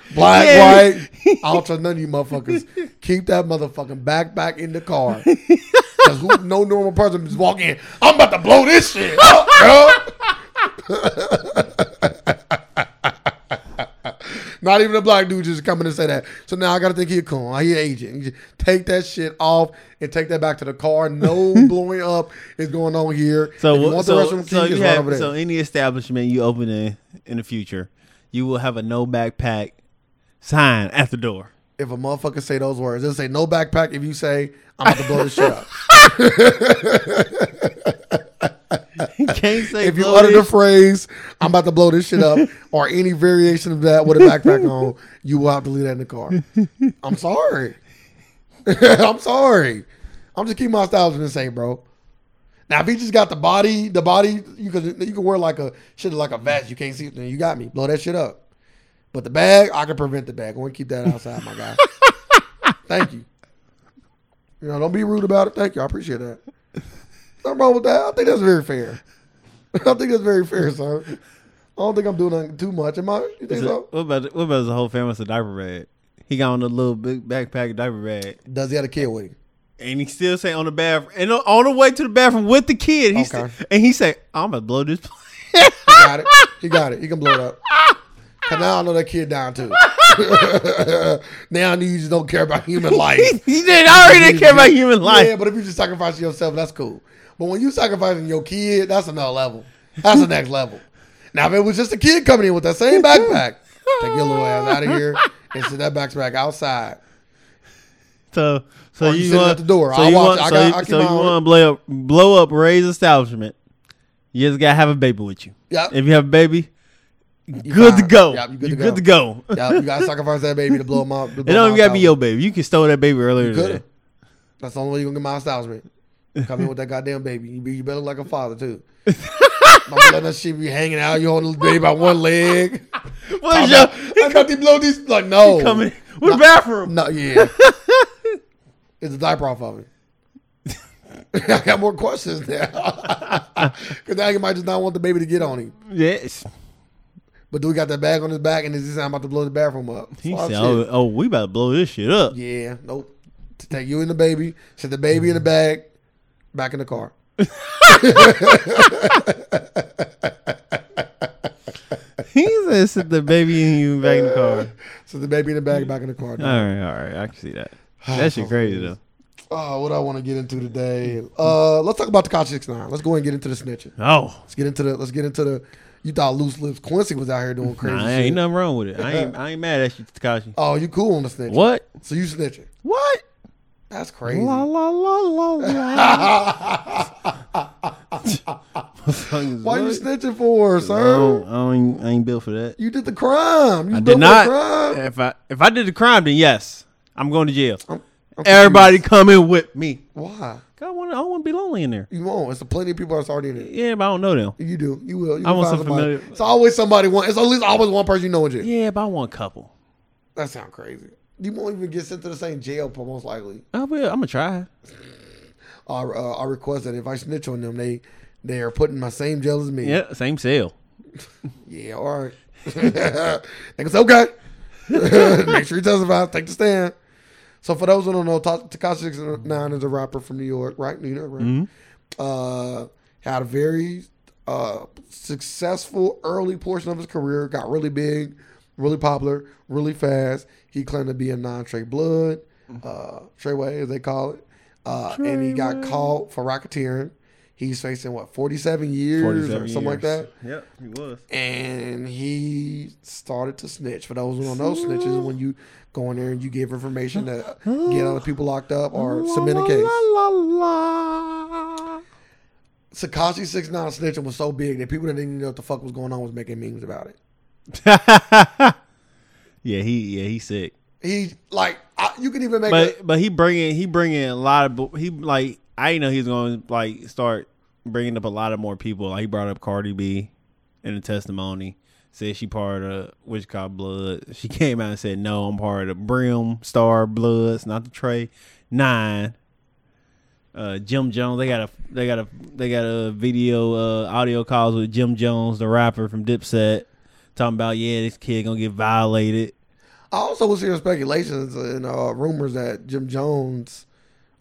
Speaker 2: Black,
Speaker 1: Yeah.
Speaker 2: white, I don't trust none of you motherfuckers. Keep that motherfucking backpack in the car. Because who no normal person just walk in, I'm about to blow this shit up, bro. Not even a black dude just coming and say that. So now I gotta think he a coon. He an agent. You just Take that shit off and take that back to the car. No blowing up is going on here.
Speaker 1: So,
Speaker 2: If you
Speaker 1: wha-
Speaker 2: want
Speaker 1: so,
Speaker 2: the restroom key,
Speaker 1: so
Speaker 2: it's
Speaker 1: you
Speaker 2: right
Speaker 1: have
Speaker 2: over there.
Speaker 1: so any establishment you open in in the future, you will have a no backpack sign at the door.
Speaker 2: if a motherfucker say those words. It'll say no backpack if you say I'm about to blow this shit up.
Speaker 1: You can't say
Speaker 2: if you
Speaker 1: blow
Speaker 2: utter the
Speaker 1: this-
Speaker 2: phrase I'm about to blow this shit up or any variation of that with a backpack on, you will have to leave that in the car. I'm sorry. I'm sorry. I'm just keeping my styles the same, bro. Now if he just got the body, the body you could you could wear like a shit like a vest. You can't see it. Then you got me. Blow that shit up. But the bag, I can prevent the bag. I want to keep that outside, my guy. Thank you. You know, don't be rude about it. Thank you. I appreciate that. Nothing wrong with that. I think that's very fair. I think that's very fair, son. I don't think I'm doing nothing too much. Am I? You think so?
Speaker 1: what about what about the whole family's a diaper bag? He got on a little big backpack diaper bag,
Speaker 2: Does he have a kid with him?
Speaker 1: and he still say on the bathroom and on- on the way to the bathroom with the kid. He
Speaker 2: Okay.
Speaker 1: said, and he say, "I'm gonna blow this."
Speaker 2: He got it. He got it. He can blow it up. Cause now I know that kid down too. now I know you just don't care about human life.
Speaker 1: he did I already didn't care about human
Speaker 2: Yeah,
Speaker 1: life.
Speaker 2: but if you just sacrifice yourself, that's cool. But when you sacrificing your kid, that's another level. That's the next level. Now, if it was just a kid coming in with that same backpack, take your little ass out of here and sit that backpack outside.
Speaker 1: So, so
Speaker 2: Or you
Speaker 1: you
Speaker 2: sitting
Speaker 1: want
Speaker 2: at the door.
Speaker 1: So
Speaker 2: I
Speaker 1: you
Speaker 2: watch-
Speaker 1: want,
Speaker 2: I
Speaker 1: so
Speaker 2: got-
Speaker 1: you-
Speaker 2: I keep
Speaker 1: so
Speaker 2: my
Speaker 1: you
Speaker 2: own-
Speaker 1: want to blow up, blow up Ray's establishment? You just gotta have a baby with you.
Speaker 2: Yep.
Speaker 1: If you have a baby, good to
Speaker 2: fine.
Speaker 1: go.
Speaker 2: Yep, you
Speaker 1: you
Speaker 2: good
Speaker 1: good, to
Speaker 2: to
Speaker 1: go.
Speaker 2: Yeah, you gotta sacrifice that baby to blow him up.
Speaker 1: It don't even gotta be your baby. You can stole that baby earlier today.
Speaker 2: Could That's the only way you gonna get my establishment. Come in with that goddamn baby. You, be, you better look like a father too. I'm gonna let that shit be hanging out. You holding the baby by one leg.
Speaker 1: What
Speaker 2: I'm
Speaker 1: is
Speaker 2: not,
Speaker 1: your
Speaker 2: I'm about to blow these. Like no,
Speaker 1: coming? What bathroom?
Speaker 2: No, yeah. it's a diaper off of it. I got more questions now. Because now you might just not want the baby to get on him.
Speaker 1: Yes.
Speaker 2: But do we got that bag on his back and is this I'm about to blow the bathroom up?
Speaker 1: He
Speaker 2: Fuck
Speaker 1: said,
Speaker 2: shit.
Speaker 1: oh, oh, we about to blow this shit up."
Speaker 2: Yeah, nope. To take you and the baby, set the baby in the bag, back in the car.
Speaker 1: He said, "Sit the baby and you back in the car."
Speaker 2: Set the baby in the bag, back in the car.
Speaker 1: Uh, All right, all right, I can see that. That shit crazy though.
Speaker 2: Oh, what I want to get into today. Uh let's talk about Takashi 69. Let's go ahead and get into the snitching.
Speaker 1: Oh,
Speaker 2: Let's get into the let's get into the you thought loose lips Quincy was out here doing crazy
Speaker 1: nah,
Speaker 2: shit.
Speaker 1: ain't nothing wrong with it. I ain't, I ain't mad at you, Takashi.
Speaker 2: Oh, you cool on the snitching.
Speaker 1: What?
Speaker 2: So you snitching.
Speaker 1: What?
Speaker 2: That's crazy.
Speaker 1: La la la la la.
Speaker 2: Why you snitching for,
Speaker 1: I
Speaker 2: sir?
Speaker 1: don't, I, don't, I ain't built for that.
Speaker 2: You did the crime. You
Speaker 1: I
Speaker 2: did
Speaker 1: did
Speaker 2: not.
Speaker 1: not.
Speaker 2: Crime.
Speaker 1: If I if I did the crime, then yes, I'm going to jail.
Speaker 2: I'm- I'm
Speaker 1: Everybody come in with me.
Speaker 2: confused. Why?
Speaker 1: 'Cause I want I want to be lonely in there.
Speaker 2: You won't. It's plenty of people that's already in it.
Speaker 1: Yeah, but I don't know them.
Speaker 2: You do. You will. You
Speaker 1: I
Speaker 2: will
Speaker 1: want
Speaker 2: find
Speaker 1: some
Speaker 2: somebody.
Speaker 1: familiar-
Speaker 2: It's always somebody. One. It's at least always one person you know in jail.
Speaker 1: Yeah, but I want a couple.
Speaker 2: That sounds crazy. You won't even get sent to the same jail, but most likely.
Speaker 1: I will. I'm gonna try.
Speaker 2: I uh, I request that if I snitch on them, they they are put in my same jail as me.
Speaker 1: Yeah, same cell.
Speaker 2: Yeah. All right. Niggas, okay. Make sure you testify. Take the stand. So for those who don't know, Takashi Six Nine is a rapper from New York, right? New York, right? Uh, had a very uh, successful early portion of his career. Got really big, really popular, really fast. He claimed to be a non-Trey Blood, uh, Treyway as they call it, uh, and he got caught for racketeering. He's facing what forty-seven years or something like that
Speaker 1: Yep, he was.
Speaker 2: and he started to snitch. For those who don't know, snitches is when you go in there and you give information to get other people locked up or submit a case.
Speaker 1: La, la, la.
Speaker 2: Sakashi Six Nine snitching was so big that people that didn't even know what the fuck was going on was making memes about it.
Speaker 1: yeah, he yeah he sick,
Speaker 2: He like I, you can even make a,
Speaker 1: but but he bringing he bringing a lot of bo- he like I didn't know he was going to like start bringing up a lot of more people. Like he brought up Cardi B in the testimony, said she part of Wichita Blood. She came out and said no, I'm part of the Brim Star Bloods, not the Trey Nine. Uh, Jim Jones, they got a they got a they got a video uh, audio calls with Jim Jones, the rapper from Dipset, talking about yeah, this kid gonna get violated.
Speaker 2: I also was hearing speculations and uh, rumors that Jim Jones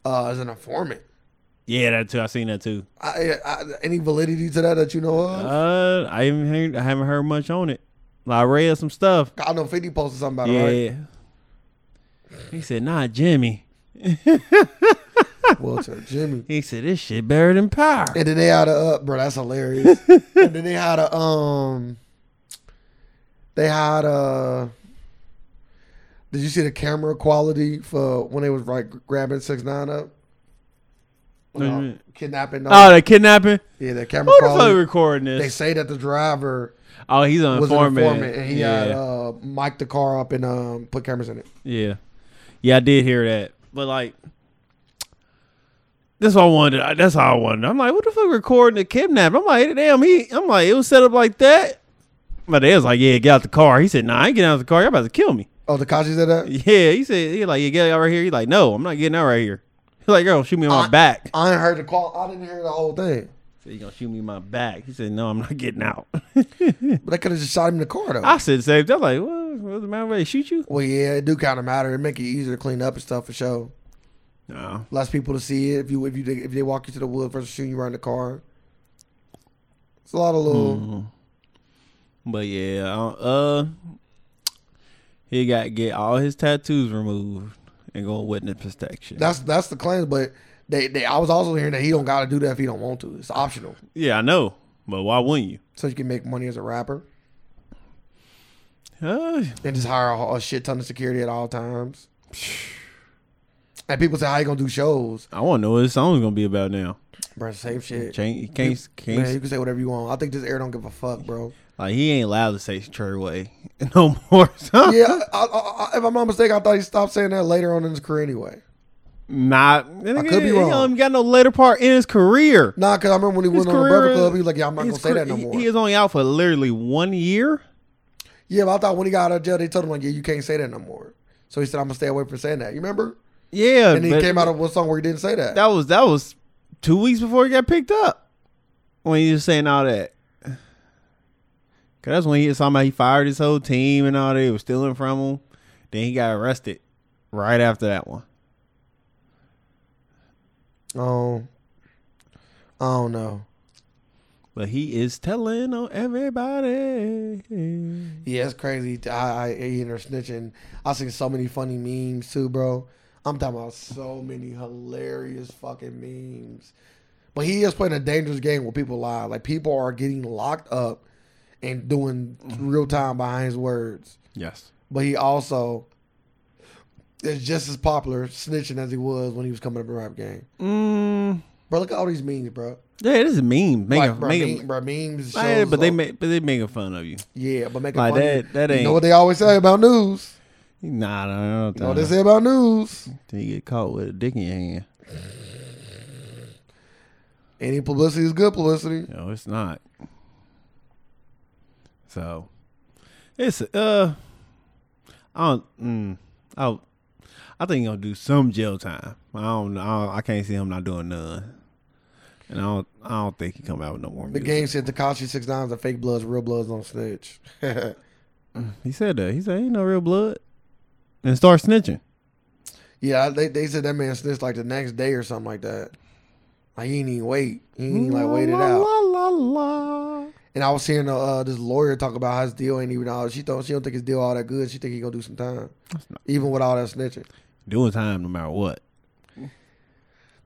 Speaker 2: uh, is an informant.
Speaker 1: Yeah, that too. I seen that too.
Speaker 2: I, I, any validity to that that you know of?
Speaker 1: Uh, I haven't heard, I haven't heard much on it. I read some stuff.
Speaker 2: I know Fifty posted something about
Speaker 1: Yeah.
Speaker 2: it, right?
Speaker 1: He said, "Nah, Jimmy."
Speaker 2: Walter Jimmy.
Speaker 1: He said, "This shit better than power."
Speaker 2: And then they had a uh, bro. That's hilarious. and then they had a um. They had a. Did you see the camera quality for when they was like grabbing six nine up?
Speaker 1: What do you
Speaker 2: Uh,
Speaker 1: mean?
Speaker 2: kidnapping.
Speaker 1: Oh, the kidnapping.
Speaker 2: yeah, the camera
Speaker 1: Who the fuck
Speaker 2: quality.
Speaker 1: recording
Speaker 2: They
Speaker 1: this?
Speaker 2: say that the driver
Speaker 1: Oh, he's an
Speaker 2: was
Speaker 1: informant.
Speaker 2: an informant and he
Speaker 1: yeah,
Speaker 2: had uh, mic'd the car up and um, put cameras in it.
Speaker 1: yeah, yeah. I did hear that, but like, that's what I wanted. I- That's how I wanted. I'm like, what the fuck, recording the kidnapping? I'm like, damn, he. I'm like, it was set up like that. But they was like, yeah, get out the car. He said, nah, I ain't getting out the car. Y'all about to kill me.
Speaker 2: Oh, the Kashi said that.
Speaker 1: Yeah, he said, he like, you get out right here. He like, no, I'm not getting out right here. He like, girl, shoot me in my
Speaker 2: Uh,
Speaker 1: back.
Speaker 2: I ain't heard the call. I didn't hear the whole thing.
Speaker 1: He said, you gonna shoot me in my back? He said, no, I'm not getting out.
Speaker 2: But they could have just shot him in the car though.
Speaker 1: I said, saved. I'm like, what? What's the matter? They shoot you?
Speaker 2: well, yeah, it do kind of matter. It make it easier to clean up and stuff for sure.
Speaker 1: No.
Speaker 2: Less people to see it if you if you if they walk you to the woods versus shooting you right in the car. It's a lot of little.
Speaker 1: But yeah, I don't- uh, he got to get all his tattoos removed and go on witness protection.
Speaker 2: That's that's the claim, but they, they I was also hearing that he don't got to do that if he don't want to. It's optional,
Speaker 1: yeah, I know, but why wouldn't you?
Speaker 2: so you can make money as a rapper
Speaker 1: Uh,
Speaker 2: and just hire a, a shit ton of security at all times. And people say, "How you gonna do shows?"
Speaker 1: I want to know what his song's gonna be about now.
Speaker 2: Bro, same shit.
Speaker 1: Change, he can't, can't
Speaker 2: Man, you can say whatever you want. I think this air don't give a fuck, bro.
Speaker 1: like he ain't allowed to say straight way no more. So.
Speaker 2: yeah, I, I, I, if I'm not mistaken, I thought he stopped saying that later on in his career anyway.
Speaker 1: Not. I
Speaker 2: could be wrong.
Speaker 1: He don't even got no later part in his career.
Speaker 2: Nah, because I remember when he
Speaker 1: His
Speaker 2: went on the Brother
Speaker 1: career-
Speaker 2: Club, he was like, yeah, I'm not going
Speaker 1: His
Speaker 2: to say that
Speaker 1: career-
Speaker 2: no
Speaker 1: he-
Speaker 2: more.
Speaker 1: He is only out for literally one year.
Speaker 2: yeah, but I thought when he got out of jail, they told him, like, yeah, you can't say that no more. So he said, I'm going to stay away from saying that. You remember?
Speaker 1: Yeah,
Speaker 2: And he
Speaker 1: but
Speaker 2: came out of one song where he didn't say that.
Speaker 1: that was that was two weeks before he got picked up. When he was saying all that, cause that's when he was talking about he fired his whole team and all that. He was stealing from him. Then he got arrested right after that one.
Speaker 2: Oh, I don't know.
Speaker 1: But he is telling on everybody.
Speaker 2: Yeah, it's crazy. I, I, and her snitching. I seen so many funny memes too, bro. I'm talking about so many hilarious fucking memes. But he is playing a dangerous game where people lie. Like people are getting locked up and doing real time behind his words.
Speaker 1: Yes.
Speaker 2: But he also is just as popular snitching as he was when he was coming up in the rap game.
Speaker 1: Mm,
Speaker 2: Bro, look at all these memes, bro.
Speaker 1: yeah, this is mean. Make
Speaker 2: Like,
Speaker 1: a,
Speaker 2: bro,
Speaker 1: make
Speaker 2: meme-
Speaker 1: a,
Speaker 2: bro, memes.
Speaker 1: Hey,
Speaker 2: shows
Speaker 1: but they
Speaker 2: all-
Speaker 1: make but they making fun of you.
Speaker 2: yeah, but make it
Speaker 1: Like
Speaker 2: funny.
Speaker 1: that that ain't
Speaker 2: You know what they always say about news.
Speaker 1: nah nah.
Speaker 2: You know what they say about news.
Speaker 1: Then you get caught with a dick in your hand.
Speaker 2: Any publicity is good publicity.
Speaker 1: No, it's not. So it's uh I don't mm, I I think he gonna do some jail time. I don't know. I, don't- I can't see him not doing none. And I don't I don't think he come out with no more
Speaker 2: The
Speaker 1: music.
Speaker 2: game said Takashi Six Nines are fake bloods, real bloods don't snitch. yeah,
Speaker 1: He said that. He said ain't no real blood. And start snitching.
Speaker 2: they, they said that man snitched like the next day or something like that. Like he didn't even wait. He didn't even like wait it
Speaker 1: La,
Speaker 2: out.
Speaker 1: La, la, la.
Speaker 2: And I was hearing uh, uh, this lawyer talk about how his deal ain't even all. She don't she don't think his deal all that good. She think he gonna do some time, even with all that snitching.
Speaker 1: Doing time no matter what.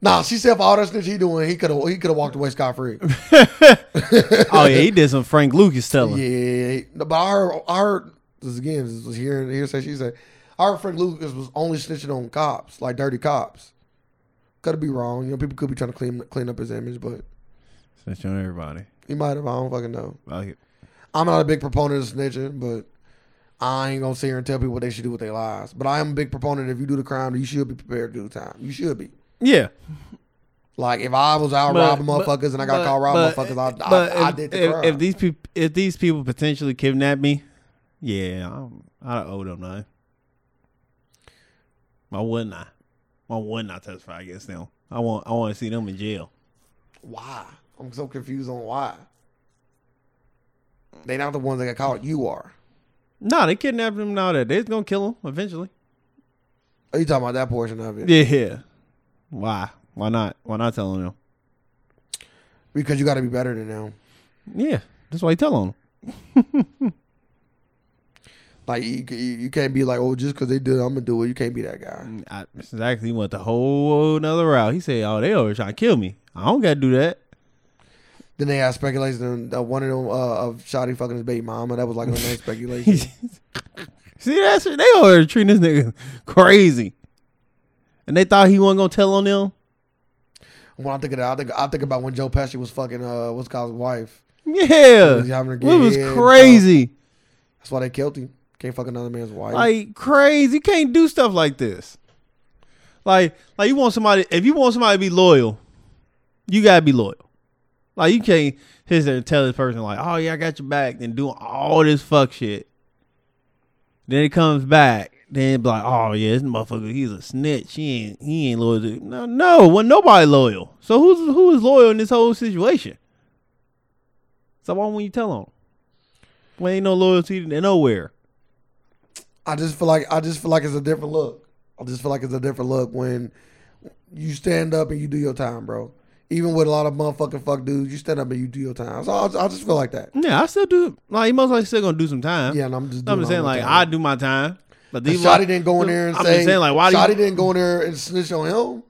Speaker 2: Nah, she said for all that snitch he doing, he could have he could have walked away scot free.
Speaker 1: oh yeah, he did some Frank Lucas telling.
Speaker 2: Yeah, no, but I heard, I heard this is again. This was hearing hearsay. She said, "Our friend Lucas was only snitching on cops, like dirty cops." Could be wrong. You know, people could be trying to clean clean up his image, but
Speaker 1: Snitch on everybody.
Speaker 2: he might have. I don't fucking know.
Speaker 1: Like it.
Speaker 2: I'm not a big proponent of snitching, but I ain't gonna sit here and tell people what they should do with their lives. But I am a big proponent. If you do the crime, you should be prepared to do the time. You should be.
Speaker 1: Yeah.
Speaker 2: Like if I was out
Speaker 1: But-
Speaker 2: robbing
Speaker 1: but-
Speaker 2: motherfuckers and I got
Speaker 1: but-
Speaker 2: caught robbing
Speaker 1: but-
Speaker 2: motherfuckers, I,
Speaker 1: but
Speaker 2: I, I
Speaker 1: if,
Speaker 2: did the
Speaker 1: if,
Speaker 2: crime.
Speaker 1: if these people, if these people potentially kidnap me, yeah, I'm, I owe them nothing. Why wouldn't I? Why wouldn't I testify against them? I want, I want to see them in jail.
Speaker 2: Why? I'm so confused on why. They not the ones that got caught. You are.
Speaker 1: No, they kidnapped them and all that. They're gonna kill them eventually.
Speaker 2: Are you talking about that portion of it?
Speaker 1: Yeah. Why? Why not? Why not tell on them?
Speaker 2: because you got to be better than them.
Speaker 1: Yeah, that's why you tell on them.
Speaker 2: Like you, you you can't be like, oh, just because they do, it, I'm gonna do it. You can't be that guy.
Speaker 1: I, exactly. He went the whole nother route. He said, "Oh, they always trying to kill me. I don't got to do that."
Speaker 2: Then they had speculation that one of them uh, of Shotty fucking his baby mama. That was like another speculation.
Speaker 1: See, that's they always treating this nigga crazy, and they thought he wasn't gonna tell on them.
Speaker 2: when I think of that, I think I think about when Joe Pesci was fucking uh what's it called his wife.
Speaker 1: Yeah,
Speaker 2: was having to
Speaker 1: it
Speaker 2: get
Speaker 1: was
Speaker 2: head and
Speaker 1: crazy,
Speaker 2: That's why they killed him. Can't fuck another man's wife.
Speaker 1: like crazy. You can't do stuff like this. Like, like you want somebody. If you want somebody to be loyal, you gotta be loyal. Like you can't sit there and tell this person like, "Oh yeah, I got your back," then doing all this fuck shit. Then it comes back. Then be like, "Oh yeah, this motherfucker, he's a snitch. He ain't he ain't loyal." To no, no, well, nobody loyal. So who's who is loyal in this whole situation? So why won't you tell on? Well, ain't no loyalty to nowhere.
Speaker 2: I just feel like I just feel like it's a different look. I just feel like it's a different look when you stand up and you do your time, bro. Even with a lot of motherfucking fuck dudes, you stand up and you do your time. So I, I just feel like that.
Speaker 1: Yeah, I still do. Like he most likely still gonna do some time.
Speaker 2: Yeah, and I'm just.
Speaker 1: I'm
Speaker 2: doing
Speaker 1: just saying
Speaker 2: my
Speaker 1: like
Speaker 2: time.
Speaker 1: I do my time. But
Speaker 2: And
Speaker 1: these
Speaker 2: Shotty didn't go in there and
Speaker 1: I'm
Speaker 2: say.
Speaker 1: just saying like why do
Speaker 2: Shotty
Speaker 1: you,
Speaker 2: didn't go in there and snitch on him.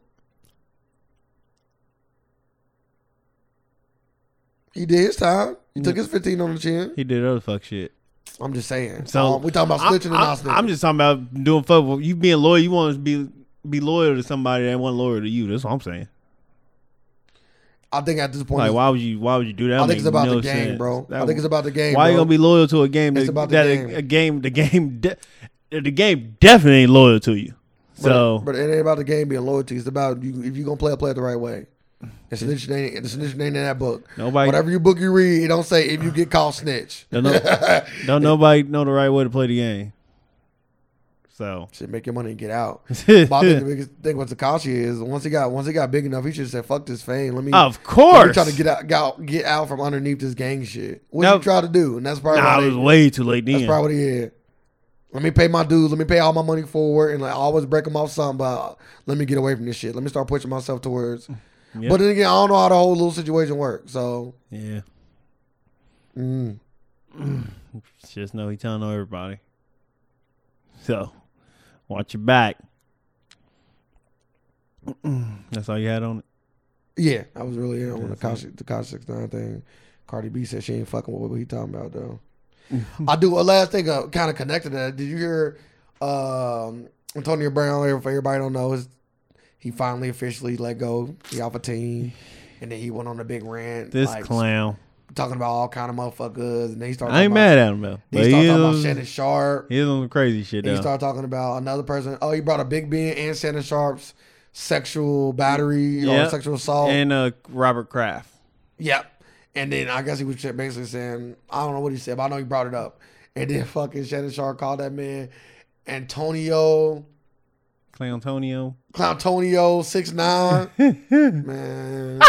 Speaker 2: He did his time. He took his 15 on the chin.
Speaker 1: he did other fuck shit.
Speaker 2: I'm just
Speaker 1: So
Speaker 2: saying. So Oh, we talking about snitching and
Speaker 1: I'm,
Speaker 2: not snitching.
Speaker 1: I'm just talking about doing fuck. with- You being loyal, you want to be be loyal to somebody that wasn't loyal to you. That's what I'm saying.
Speaker 2: I think at this point,
Speaker 1: Like
Speaker 2: it's-
Speaker 1: why would you? Why would you do that?
Speaker 2: I think it's
Speaker 1: Make
Speaker 2: about
Speaker 1: no
Speaker 2: the game,
Speaker 1: sense.
Speaker 2: bro.
Speaker 1: That
Speaker 2: I think
Speaker 1: would-
Speaker 2: it's about the game.
Speaker 1: Why you
Speaker 2: bro.
Speaker 1: gonna be loyal to a game?
Speaker 2: It's
Speaker 1: that,
Speaker 2: about the
Speaker 1: that
Speaker 2: game.
Speaker 1: A, a game. The game. De- the game definitely ain't loyal to you. So
Speaker 2: But, but it ain't about the game being loyalty. It's about you if you gonna play, play it the right way. The snitch ain't the snitch ain't in that book.
Speaker 1: Mm. Nobody-
Speaker 2: whatever you book you read, it don't say if you get caught snitch.
Speaker 1: don't, no, don't nobody know the right way to play the game. So
Speaker 2: Should make your money and get out. But I think the biggest thing with Takashi is once he got once he got big enough, he should have said, "Fuck this fame." Let me.
Speaker 1: of
Speaker 2: let me
Speaker 1: course,
Speaker 2: try to get out, get out, get out from underneath this gang shit. What
Speaker 1: No.
Speaker 2: you try to do? And that's probably
Speaker 1: Nah,
Speaker 2: why
Speaker 1: I
Speaker 2: they-
Speaker 1: was way too late
Speaker 2: That's
Speaker 1: then.
Speaker 2: probably what he had. Let me pay my dues. Let me pay all my money forward, and like I always break them off something. But uh, let me get away from this shit. Let me start pushing myself towards.
Speaker 1: Mm. Yeah.
Speaker 2: But then again, I don't know how the whole little situation works. So
Speaker 1: yeah,
Speaker 2: mm,
Speaker 1: just know he telling on everybody. So watch your back. That's all you had on it.
Speaker 2: yeah, I was really in on the Kashi the Kashi Six Nine thing. Cardi B said she ain't fucking with what he talking about though. I do a last thing uh, kind of connected to that. Did you hear um, Antonio Brown? If everybody don't know, is he finally officially let go? He off a team, and then he went on a big rant.
Speaker 1: This
Speaker 2: like,
Speaker 1: clown.
Speaker 2: talking about all kind of motherfuckers, and then he started.
Speaker 1: I ain't
Speaker 2: talking
Speaker 1: mad at him though.
Speaker 2: About,
Speaker 1: But
Speaker 2: he started
Speaker 1: he
Speaker 2: talking about
Speaker 1: was,
Speaker 2: Shannon Sharp.
Speaker 1: he was on some crazy shit
Speaker 2: He
Speaker 1: though.
Speaker 2: started talking about another person. Oh, he brought a Big Ben and Shannon Sharp's sexual battery or
Speaker 1: Yep.
Speaker 2: sexual assault.
Speaker 1: And uh, Robert Kraft.
Speaker 2: yep. And then I guess he was basically saying, I don't know what he said, but I know he brought it up. And then fucking Shannon Sharp called that man Antonio.
Speaker 1: Clown Antonio.
Speaker 2: Clowntonio six nine, man,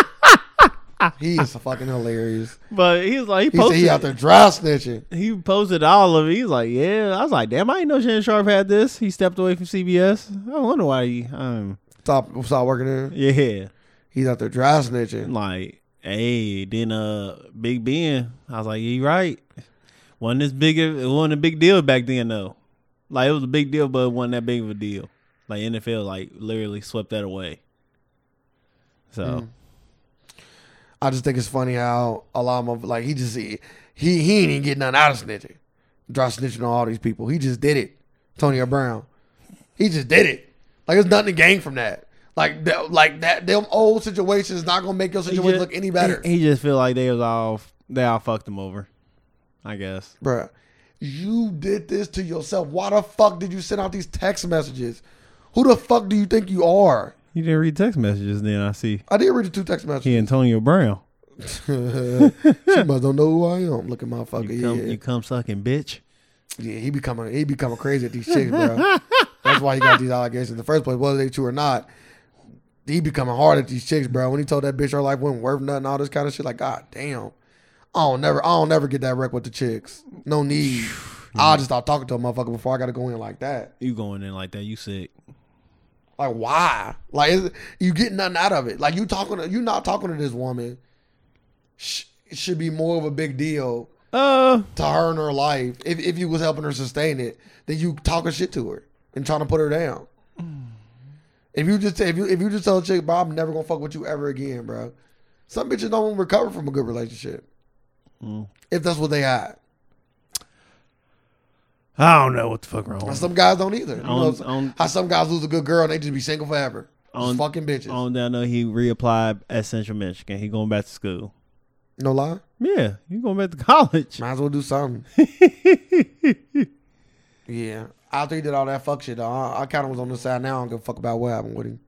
Speaker 2: he is fucking hilarious.
Speaker 1: But he was like he
Speaker 2: He said
Speaker 1: posted
Speaker 2: he out there dry snitching.
Speaker 1: he posted all of it. He was like, yeah. I was like, damn, I didn't know Shannon Sharp had this. He stepped away from CBS. I wonder why he um
Speaker 2: Stop, stop working there.
Speaker 1: yeah.
Speaker 2: He's out there dry snitching.
Speaker 1: like, hey, then uh Big Ben. I was like, you right. Wasn't this big of- it wasn't a big deal back then though. Like it was a big deal, but it wasn't that big of a deal. Like NFL like literally swept that away. So
Speaker 2: I just think it's funny how a lot of like he just he he, he ain't even get nothing out of snitching, dry snitching on all these people. He just did it, Antonio Brown. He just did it. Like there's nothing to gain from that. Like that, like that, them old situations not gonna make your
Speaker 1: he
Speaker 2: situation
Speaker 1: ju-
Speaker 2: look any better,
Speaker 1: He, he just feel like they was all they all fucked him over. I guess.
Speaker 2: Bruh, You did this to yourself. Why the fuck did you send out these text messages? Who the fuck do you think you are?
Speaker 1: You didn't read text messages then I see.
Speaker 2: I did read the two text messages.
Speaker 1: He Antonio Brown.
Speaker 2: she must don't know who I am. Look at my fucking
Speaker 1: You come
Speaker 2: yeah.
Speaker 1: you come sucking bitch.
Speaker 2: Yeah, he becoming he becoming crazy at these chicks, bro. That's why he got these allegations in the first place, whether they true or not. He becoming hard at these chicks, bro. When he told that bitch her life wasn't worth nothing, all this kind of shit, like god damn, I don't never, I don't never get that wreck with the chicks. No need. I'll just start talking to a motherfucker before I gotta go in like that.
Speaker 1: You going in like that, you sick.
Speaker 2: Like why? Like is, you get nothing out of it. Like you talking to you not talking to this woman. Sh- it should be more of a big deal
Speaker 1: Uh,
Speaker 2: to her in her life if, if you was helping her sustain it then you talking shit to her and trying to put her down
Speaker 1: Mm.
Speaker 2: if you just if you if you just tell a chick bro i'm never gonna fuck with you ever again bro some bitches don't recover from a good relationship
Speaker 1: Mm.
Speaker 2: if that's what they had
Speaker 1: I don't know what the fuck wrong.
Speaker 2: Now,
Speaker 1: with
Speaker 2: some guys don't either you know,
Speaker 1: On- on-
Speaker 2: how some guys lose a good girl and they just be single forever
Speaker 1: On-
Speaker 2: just fucking bitches
Speaker 1: me. On down there, he reapplied at Central Michigan. He going back to school.
Speaker 2: no lie
Speaker 1: Yeah, he going back to college.
Speaker 2: might as well do something yeah after he did all that fuck shit though, i, I kind of was on the side now i don't give a fuck about what happened with him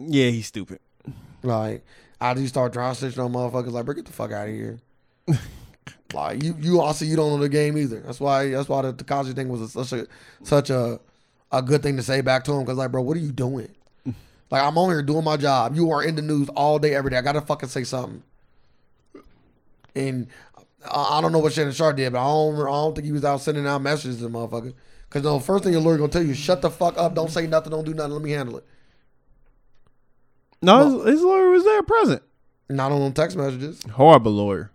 Speaker 1: yeah, he's stupid.
Speaker 2: Like, I just start dry snitching on motherfuckers. Like, bro, get the fuck out of here. like, you you also you don't know the game either. That's why that's why the Takashi thing was a, such a such a a good thing to say back to him because like, bro, what are you doing? Like, I'm on here doing my job. You are in the news all day, every day. I gotta fucking say something. And I, I don't know what Shannon Sharp did, but I don't I don't think he was out sending out messages to the motherfucker. Cause the first thing your lawyer gonna tell you, is, shut the fuck up, don't say nothing, don't do nothing, let me handle it.
Speaker 1: No, his, his lawyer was there present.
Speaker 2: Not on text messages.
Speaker 1: Horrible lawyer.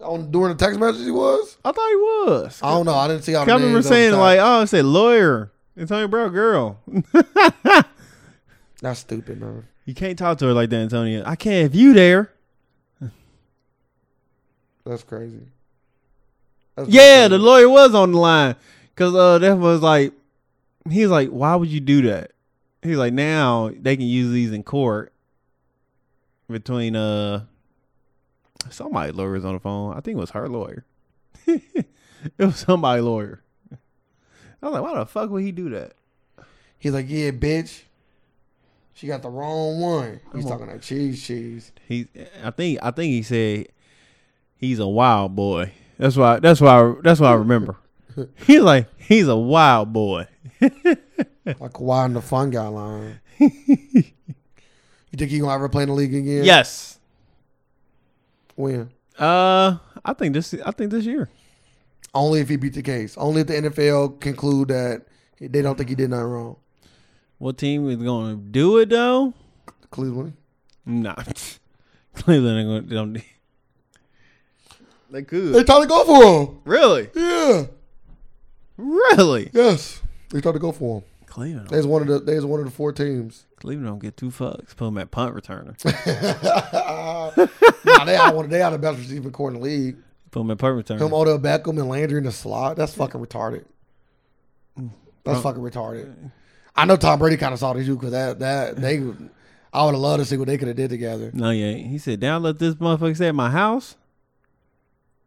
Speaker 2: on during the text message he was.
Speaker 1: I thought he was.
Speaker 2: I don't know. I didn't see how.
Speaker 1: I remember saying like, "Oh, I said lawyer." It's Antonio Brown, girl.
Speaker 2: that's stupid, man.
Speaker 1: you can't talk to her like that, Antonio. I can't. If you there,
Speaker 2: That's crazy. That's
Speaker 1: yeah, the
Speaker 2: crazy.
Speaker 1: lawyer was on the line because uh, that was like, he was like, "Why would you do that?" He's like, "Now they can use these in court." Between uh, somebody lawyer was on the phone. I think it was her lawyer. it was somebody lawyer. I was like, "Why the fuck would he do that?"
Speaker 2: he's like, yeah, bitch. She got the wrong one. He's
Speaker 1: on.
Speaker 2: talking that cheese, cheese.
Speaker 1: He, I think, I think he said he's a wild boy. That's why. That's why. That's why I remember. He's like he's a wild boy.
Speaker 2: Like Kawhi in the fun guy line. you think he gonna ever play in the league again?
Speaker 1: Yes.
Speaker 2: When?
Speaker 1: Uh, I think this. I think this year.
Speaker 2: Only if he beat the case. Only if the NFL conclude that they don't think he did nothing wrong.
Speaker 1: What team is going to do it though?
Speaker 2: Cleveland.
Speaker 1: Nah, Cleveland ain't going. to Don't. They
Speaker 2: They
Speaker 1: could.
Speaker 2: tried to go for him.
Speaker 1: Really,
Speaker 2: Yeah.
Speaker 1: really.
Speaker 2: Yes. They tried to go for him.
Speaker 1: Cleveland.
Speaker 2: They's one of the. They's one of the four teams.
Speaker 1: Cleveland don't get two fucks. Put him at punt returner.
Speaker 2: nah, they out one. They out the best receiving core in the league.
Speaker 1: Put him at punt
Speaker 2: Him,
Speaker 1: returner.
Speaker 2: Odell Beckham, and Landry in the slot. That's fucking retarded.
Speaker 1: Mm.
Speaker 2: That's
Speaker 1: Uh,
Speaker 2: fucking retarded. I know Tom Brady kind of saw this too because that that they. I would have loved to see what they could have did together.
Speaker 1: No, yeah. He said, "Down, let this motherfucker stay at my house."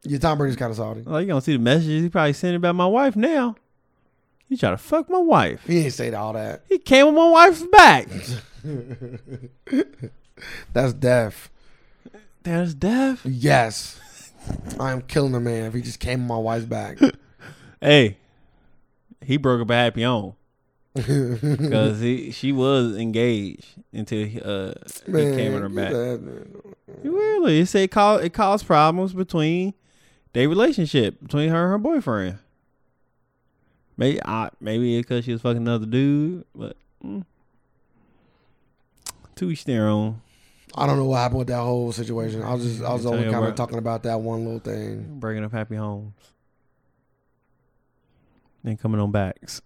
Speaker 2: Yeah, Tom Brady's kind of salty.
Speaker 1: Oh, you gonna see the messages he probably sending about my wife now. He try to fuck my wife.
Speaker 2: He ain't say all that.
Speaker 1: He came with my wife's back.
Speaker 2: That's deaf.
Speaker 1: That is deaf.
Speaker 2: Yes, I am killing the man if he just came on my wife's back.
Speaker 1: Hey, he broke up a happy on because he she was engaged until he, uh he came on her
Speaker 2: get
Speaker 1: back.
Speaker 2: that-
Speaker 1: Really, it said cau- it caused problems between their relationship between her and her boyfriend. Maybe I maybe because she was fucking another dude, but mm, to each their own.
Speaker 2: I don't know what happened with that whole situation. I was just I was
Speaker 1: Tell
Speaker 2: only
Speaker 1: you
Speaker 2: kind of
Speaker 1: what.
Speaker 2: talking about that one little thing.
Speaker 1: Breaking up happy homes. Then coming on backs.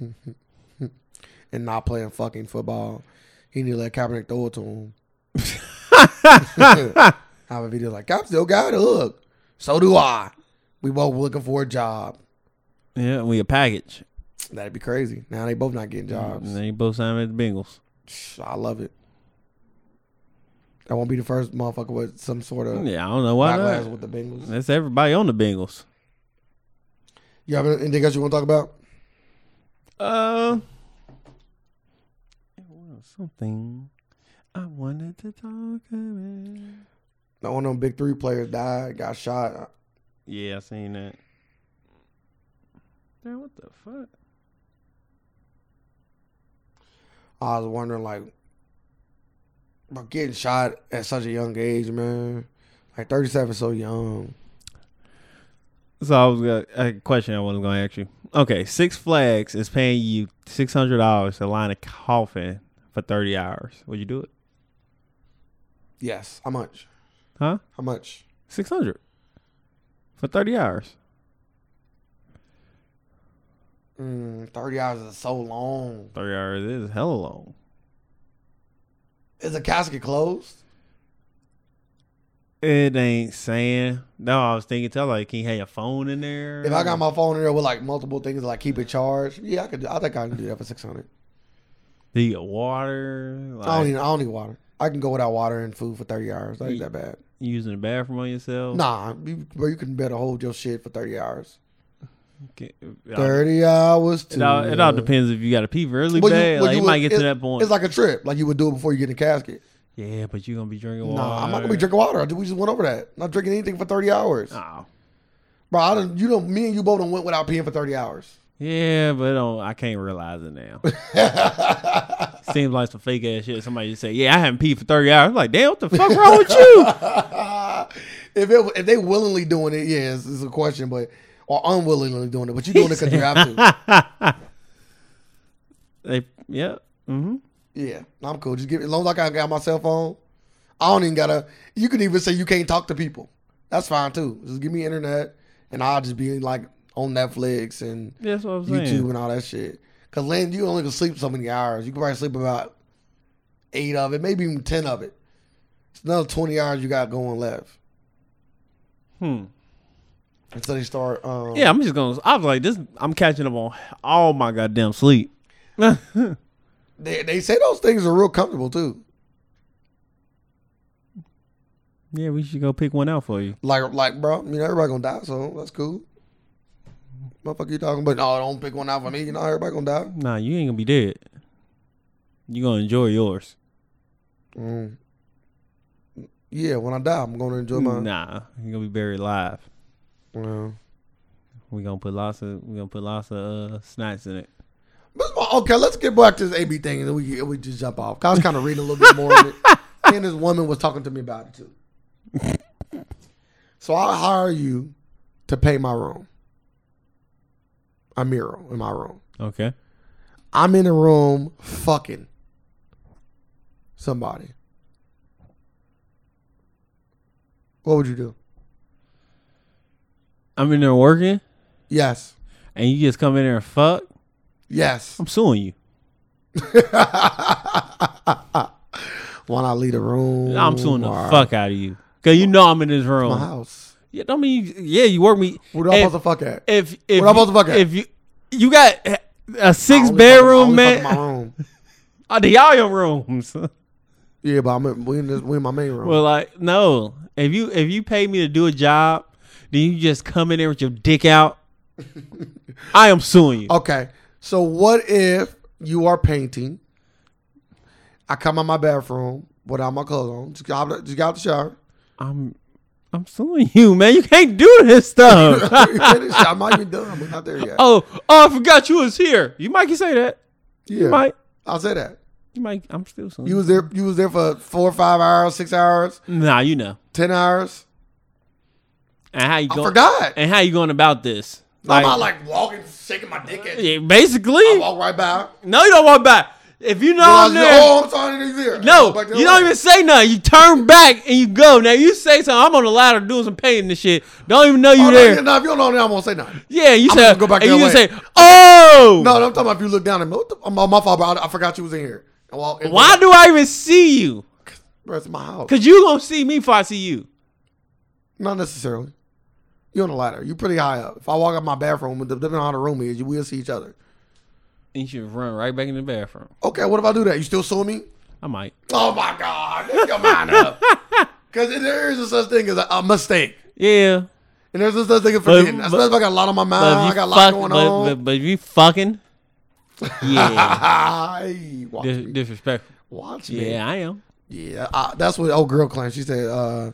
Speaker 2: and not playing fucking football. He need to let Kaepernick throw it to him. I have a video like, I still got a hook. So do I. We both looking for a job.
Speaker 1: Yeah, we a package.
Speaker 2: That'd be crazy. Now they both not
Speaker 1: Mm,
Speaker 2: getting jobs.
Speaker 1: And then you both signed with the Bengals.
Speaker 2: Shh, I love it. I won't be the first motherfucker with some sort of
Speaker 1: Yeah, I don't know why
Speaker 2: backlash
Speaker 1: not.
Speaker 2: with the Bengals.
Speaker 1: That's everybody on the Bengals.
Speaker 2: You have anything else you want to talk about?
Speaker 1: Uh, it was something I wanted to talk about.
Speaker 2: No one of them big three players died, got shot.
Speaker 1: Yeah, I seen that. Damn, what the fuck?
Speaker 2: I was wondering, like, but getting shot at such a young age, man. Like 37 is so young.
Speaker 1: So I was got a question I was gonna ask you. okay, Six Flags is paying you six hundred dollars to line a coffin for thirty hours. Would you do it?
Speaker 2: Yes. How much?
Speaker 1: Huh?
Speaker 2: How much?
Speaker 1: Six hundred for thirty hours.
Speaker 2: Mm, Thirty hours is so long.
Speaker 1: Thirty hours is hella long.
Speaker 2: Is the casket closed?
Speaker 1: It ain't saying. No, I was thinking, tell like, can you have your phone in there?
Speaker 2: If I got my phone in there with like multiple things, like keep it charged, yeah, I could. do- I think I can do that for six hundred.
Speaker 1: do you get water? Like,
Speaker 2: I don't need. I don't need water. I can go without water and food for thirty hours. That ain't that bad.
Speaker 1: you using the bathroom on yourself?
Speaker 2: Nah, you, bro, you can better hold your shit for thirty hours.
Speaker 1: Can-
Speaker 2: Thirty hours. To,
Speaker 1: It all, it all depends if you got to pee really
Speaker 2: Well, you-
Speaker 1: bad.
Speaker 2: well,
Speaker 1: like you,
Speaker 2: would-
Speaker 1: might get
Speaker 2: it-
Speaker 1: to that point.
Speaker 2: It's like a trip. Like you would do it before you get in the casket.
Speaker 1: yeah, but you're gonna be drinking water.
Speaker 2: Nah, I'm not gonna be drinking water. I ju- We just went over that. Not drinking anything for thirty hours,
Speaker 1: Oh.
Speaker 2: bro. I done, you know, me and you both done went without peeing for thirty hours.
Speaker 1: Yeah, but it don't, I can't realize it now. Seems like some fake ass shit. Somebody just say, "Yeah, I haven't peed for thirty hours." I'm like, damn, what the fuck wrong with you?
Speaker 2: if it, if they willingly doing it, yeah, it's, it's a question, but or unwillingly doing it, but you doing it because you have to.
Speaker 1: They, yeah, mm-hmm.
Speaker 2: Yeah, I'm cool. Just give it as long as I got my cell phone. I don't even gotta. You can even say you can't talk to people. That's fine too. Just give me internet, and I'll just be like on Netflix and
Speaker 1: that's what I'm saying.
Speaker 2: YouTube and all that shit. Cause Lynn, you only can sleep so many hours. You can probably sleep about eight of it, maybe even ten of it. It's another twenty hours you got going left.
Speaker 1: Hmm.
Speaker 2: And so they start. Um,
Speaker 1: Yeah, I'm just gonna. I was like, this. I'm catching up on all my goddamn sleep.
Speaker 2: They, they say those things are real comfortable too.
Speaker 1: Yeah, we should go pick one out for you.
Speaker 2: Like like bro, you know everybody gonna die, so that's cool. Motherfucker, you talking? But no, don't pick one out for me. You know everybody gonna die.
Speaker 1: Nah, you ain't gonna be dead. You gonna enjoy yours.
Speaker 2: Mm. Yeah, when I die, I'm gonna enjoy my.
Speaker 1: Nah, you gonna be buried alive.
Speaker 2: Well.
Speaker 1: We gonna put lots of we gonna put lots of uh, snacks in it.
Speaker 2: But, okay, let's get back to this AB thing, and then we we just jump off. 'Cause I was kind of reading a little bit more on it, and this woman was talking to me about it too. so I hire you to pay my room, a mirror in my room.
Speaker 1: Okay.
Speaker 2: I'm in a room fucking somebody. What would you do?
Speaker 1: I'm in there working,
Speaker 2: Yes.
Speaker 1: and you just come in there and fuck.
Speaker 2: Yes.
Speaker 1: I'm suing you.
Speaker 2: Why not leave the room?
Speaker 1: I'm suing the
Speaker 2: or
Speaker 1: fuck out of you because you know I'm in this
Speaker 2: My
Speaker 1: room.
Speaker 2: house.
Speaker 1: Yeah, don't mean yeah. You work me.
Speaker 2: Where do I
Speaker 1: If-
Speaker 2: supposed to fuck at?
Speaker 1: If if
Speaker 2: Where am I supposed to fuck at?
Speaker 1: if you you got a six
Speaker 2: only fuck in- I
Speaker 1: bedroom
Speaker 2: only fuck in
Speaker 1: man,
Speaker 2: My room.
Speaker 1: oh, the y'all your rooms.
Speaker 2: Yeah, but I'm in, we in, this, we in my main room.
Speaker 1: well, like no. If you if you pay me to do a job, then you just come in there with your dick out. I am suing you.
Speaker 2: okay. So what if you are painting? I come out my bathroom without my clothes on. Just got out, just got out the shower.
Speaker 1: I'm I'm suing you, man. You can't do this stuff.
Speaker 2: I'm not even done. I'm not there yet.
Speaker 1: oh, oh, I forgot you was here. You might can say that.
Speaker 2: yeah,
Speaker 1: You might.
Speaker 2: I'll say that.
Speaker 1: You might. I'm still suing
Speaker 2: You
Speaker 1: you.
Speaker 2: was there. You was there for four or five hours, six hours,
Speaker 1: Nah, you know.
Speaker 2: ten hours.
Speaker 1: And how you
Speaker 2: I
Speaker 1: going?
Speaker 2: forgot.
Speaker 1: And how you going about this?
Speaker 2: I'm not like walking, shaking my dick at you.
Speaker 1: yeah, basically.
Speaker 2: I walk right by.
Speaker 1: No, you don't walk back. If you know I'm
Speaker 2: Realize,
Speaker 1: there,
Speaker 2: oh, I'm sorry, he's there. I
Speaker 1: no,
Speaker 2: go back the
Speaker 1: you
Speaker 2: other
Speaker 1: don't
Speaker 2: way.
Speaker 1: even say nothing. You turn back and you go. Now you say something. I'm on the ladder doing some painting and shit. Don't even know you
Speaker 2: Oh, no,
Speaker 1: there.
Speaker 2: yeah, no, if you don't know that, I'm gonna say nothing.
Speaker 1: yeah, you
Speaker 2: I'm
Speaker 1: said.
Speaker 2: gonna go back
Speaker 1: and
Speaker 2: that
Speaker 1: you just
Speaker 2: way.
Speaker 1: say, "Oh,
Speaker 2: No, no, I'm talking about if you look down and what the, I'm on my fault, bro. I, I forgot you was in here. And walk, and
Speaker 1: why do I even see you?
Speaker 2: Bro, it's my house.
Speaker 1: Cause you gonna see me before I see you.
Speaker 2: Not necessarily. You're on the ladder. You're pretty high up. If I walk out my bathroom, depending on how the room is, you will see each other.
Speaker 1: And you should run right back in the bathroom.
Speaker 2: Okay, what if I do that? You still sue me?
Speaker 1: I might.
Speaker 2: Oh my God, make your mind up. Because there is a such thing as a, a mistake.
Speaker 1: Yeah,
Speaker 2: And there's a such thing as forgetting.
Speaker 1: But-
Speaker 2: Especially if I got a lot on my mind,
Speaker 1: but if
Speaker 2: Uh, I
Speaker 1: you
Speaker 2: got a lot
Speaker 1: fuck-
Speaker 2: going
Speaker 1: but,
Speaker 2: on.
Speaker 1: But, but if you fucking, yeah,
Speaker 2: Hi, watch
Speaker 1: dis-
Speaker 2: me.
Speaker 1: disrespectful.
Speaker 2: Watch me.
Speaker 1: Yeah, I am.
Speaker 2: Yeah, I, that's what old girl claims. She said uh,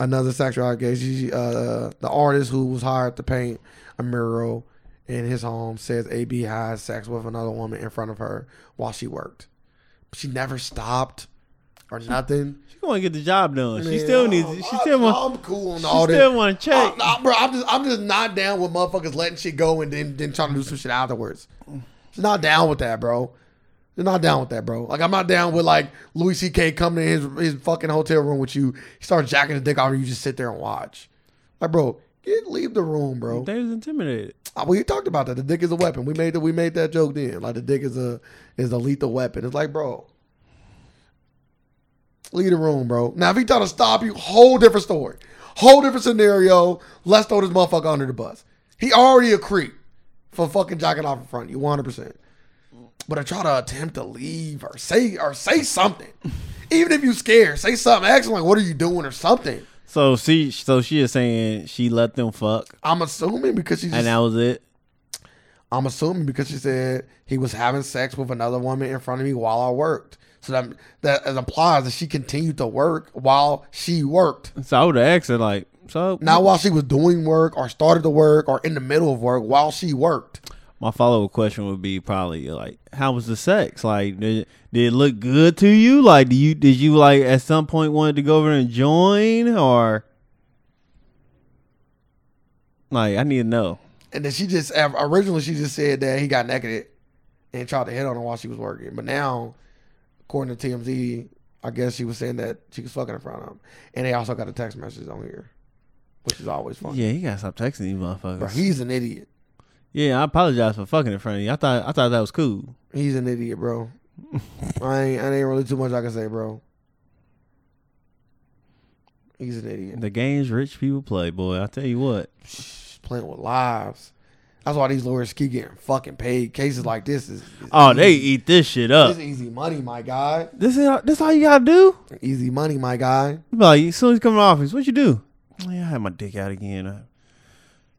Speaker 2: another sexual allegation. She, uh, the artist who was hired to paint a mural in his home says AB had sex with another woman in front of her while she worked. She never stopped. or nothing.
Speaker 1: She want to get the job done. She
Speaker 2: Man,
Speaker 1: still
Speaker 2: I-
Speaker 1: needs. it. She
Speaker 2: I-
Speaker 1: still want.
Speaker 2: Uh, I'm cool on
Speaker 1: She
Speaker 2: all
Speaker 1: still
Speaker 2: that.
Speaker 1: want to check.
Speaker 2: I, I, bro, I'm just, I'm just not down with motherfuckers letting shit go and then, then trying to do some shit afterwards. Just not down with that, bro. Just not down with that, bro. Like I'm not down with like Louis C.K. coming in his his fucking hotel room with you. He starts jacking his dick off, and you just sit there and watch. Like, bro, get leave the room, bro.
Speaker 1: They was intimidated.
Speaker 2: Uh, We talked about that. The dick is a weapon. We made that. We made that joke then. Like the dick is a is a lethal weapon. It's like, bro, leave the room, bro. Now if he try to stop you, whole different story, whole different scenario. Let's throw this motherfucker under the bus. He already a creep for fucking jacking off in front of you, one hundred percent. But I try to attempt to leave or say or say something, even if you scared, say something. Ask him like, what are you doing or something.
Speaker 1: So she, so she is saying she let them fuck,
Speaker 2: I'm assuming because she just
Speaker 1: and that was it.
Speaker 2: I'm assuming because she said he was having sex with another woman in front of me while I worked. So that that implies that she continued to work while she worked,
Speaker 1: So I would have asked her like, so
Speaker 2: not while she was doing work or started to work or in the middle of work while she worked.
Speaker 1: my follow up question would be probably like, how was the sex? Like, did, did it look good to you? Like, do you did you like at some point wanted to go over and join or? Like, I need to know.
Speaker 2: And then she just originally she just said that he got naked and tried to hit on her while she was working. But now, according to TMZ, I guess she was saying that she was fucking in front of him. And they also got a text message on here, which is always fun.
Speaker 1: Yeah, you gotta stop texting these motherfuckers.
Speaker 2: Bro, he's an idiot.
Speaker 1: yeah, I apologize for fucking in front of you. I thought I thought that was cool.
Speaker 2: He's an idiot, bro. I ain't, I ain't really too much I can say, bro. He's an idiot.
Speaker 1: The games rich people play, boy. I tell you what.
Speaker 2: He's playing with lives. That's why these lawyers keep getting fucking paid. Cases like this is, is
Speaker 1: Oh, they
Speaker 2: easy.
Speaker 1: eat this shit
Speaker 2: This
Speaker 1: up.
Speaker 2: is easy money, my guy.
Speaker 1: This is this all you gotta do.
Speaker 2: Easy money, my guy.
Speaker 1: Like as soon as you come in the office, what you do? Yeah, I had my dick out again.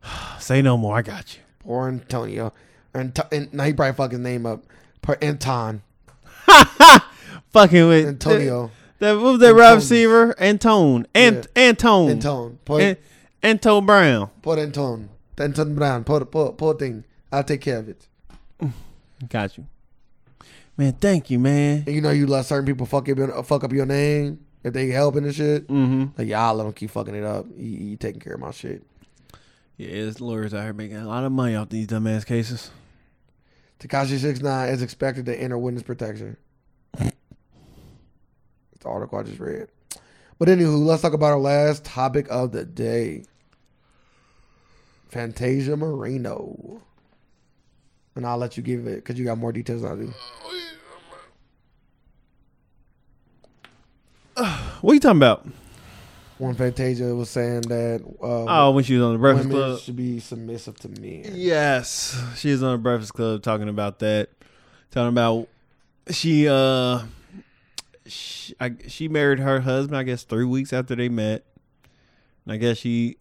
Speaker 1: I- Say no more. I got you.
Speaker 2: Poor Antonio. And, and now he probably fucked his name up. Per Anton.
Speaker 1: Fucking with
Speaker 2: Antonio.
Speaker 1: That, what was that wide
Speaker 2: Antone.
Speaker 1: receiver? Antone. Ant Antone.
Speaker 2: Antone. Poor,
Speaker 1: An- Antone Brown.
Speaker 2: poor Anton. Anton Brown. Poor, poor, poor thing. I'll take care of it.
Speaker 1: Got you. Man, thank you, man.
Speaker 2: And you know you let certain people fuck up, fuck up your name if they helping and shit.
Speaker 1: Mm-hmm.
Speaker 2: Like y'all let them keep fucking it up. You, you taking care of my shit.
Speaker 1: Yeah, it's lawyers out here making a lot of money off these dumbass cases.
Speaker 2: Takashi six nine is expected to enter witness protection. It's the article I just read. But anywho, let's talk about our last topic of the day. Fantasia Marino. And I'll let you give it because you got more details than I do.
Speaker 1: What you talking about?
Speaker 2: One Fantasia was saying that uh,
Speaker 1: Oh, when she was on the Breakfast
Speaker 2: women
Speaker 1: Club.
Speaker 2: should be submissive to men.
Speaker 1: Yes, she was on the Breakfast Club talking about that, talking about she uh she, I, she married her husband I guess three weeks after they met, and I guess she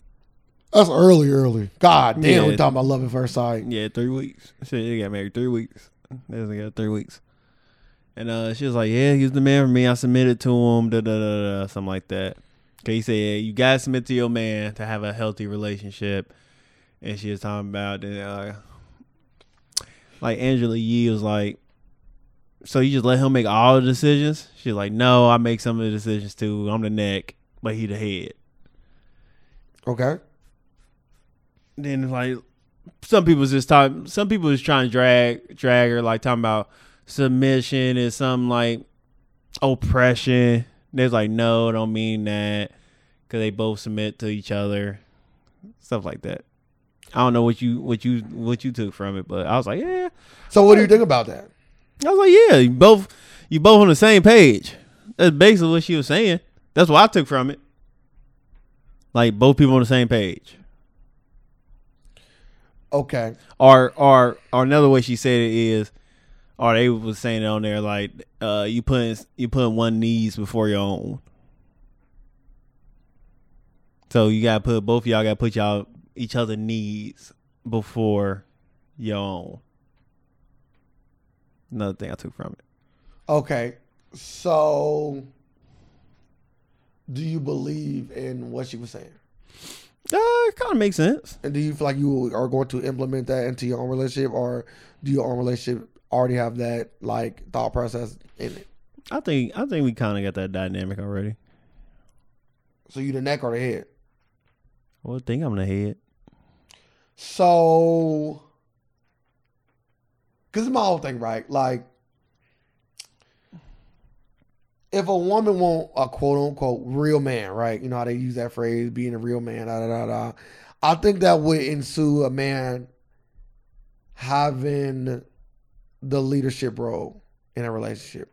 Speaker 2: That's early, early. God damn, we
Speaker 1: Yeah.
Speaker 2: talking about love at first sight.
Speaker 1: yeah three weeks she they got married three weeks they doesn't got three weeks, and uh she was like yeah he was the man for me I submitted to him da da da da something like that. Okay, he said you gotta submit to your man to have a healthy relationship, and she was talking about that. Uh, like Angela Yee was like, so you just let him make all the decisions? She's like, no, I make some of the decisions too. I'm the neck, but he the head.
Speaker 2: Okay.
Speaker 1: Then like some people just talk, some people just trying to drag drag her, like talking about submission is some like oppression. There's like, no, I don't mean that, because they both submit to each other, stuff like that. I don't know what you what you what you took from it, but I was like, yeah,
Speaker 2: So what do you think about that?
Speaker 1: I was like, yeah, you both you both on the same page. That's basically what she was saying. That's what I took from it. Like both people on the same page.
Speaker 2: Okay.
Speaker 1: Or or or another way she said it is or they was saying it on there like uh you putting you putting one knees before your own. So you gotta put both of y'all gotta put y'all each other needs before your own. Another thing I took from it.
Speaker 2: Okay. So do you believe in what she was saying?
Speaker 1: Uh, it kinda makes sense.
Speaker 2: And do you feel like you are going to implement that into your own relationship or do your own relationship already have that like thought process in it?
Speaker 1: I think I think we kind of got that dynamic already.
Speaker 2: So you the neck or the head?
Speaker 1: Well, I think I'm the head.
Speaker 2: So, because it's my whole thing, right? Like, if a woman want a quote unquote real man, right? You know how they use that phrase, being a real man, da da da da. I think that would ensue a man having the leadership role in a relationship.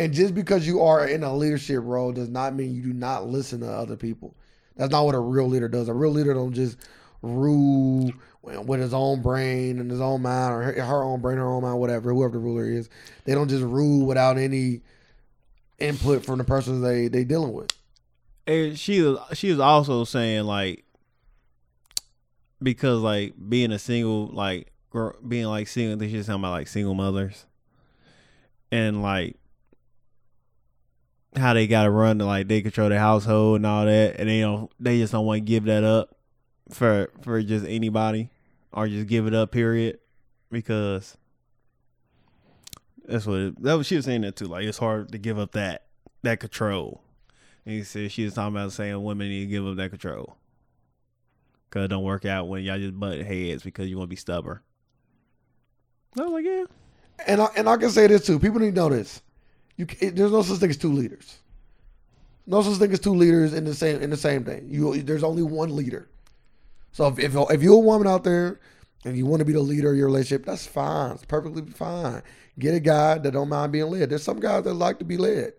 Speaker 2: And just because you are in a leadership role does not mean you do not listen to other people. That's not what a real leader does. A real leader don't just rule with his own brain and his own mind, or her, her own brain, her own mind, whatever, whoever the ruler is. They don't just rule without any input from the person they they dealing with.
Speaker 1: And she was she was also saying like because like being a single like girl, being like single. I think she was talking about like single mothers and like how they got to run to like they control their household and all that, and they don't they just don't want to give that up for for just anybody or just give it up period because that's what it, that was she was saying that too like it's hard to give up that that control and he said she was talking about saying women need to give up that control because it don't work out when y'all just butt heads because you want to be stubborn i was like yeah
Speaker 2: And I, and I can say this too. People need to know this. You can there's no such thing as two leaders. No such thing as two leaders in the same in the same thing. You there's only one leader. So if if, if you're a woman out there and you want to be the leader of your relationship, that's fine. It's perfectly fine. Get a guy that don't mind being led. There's some guys that like to be led.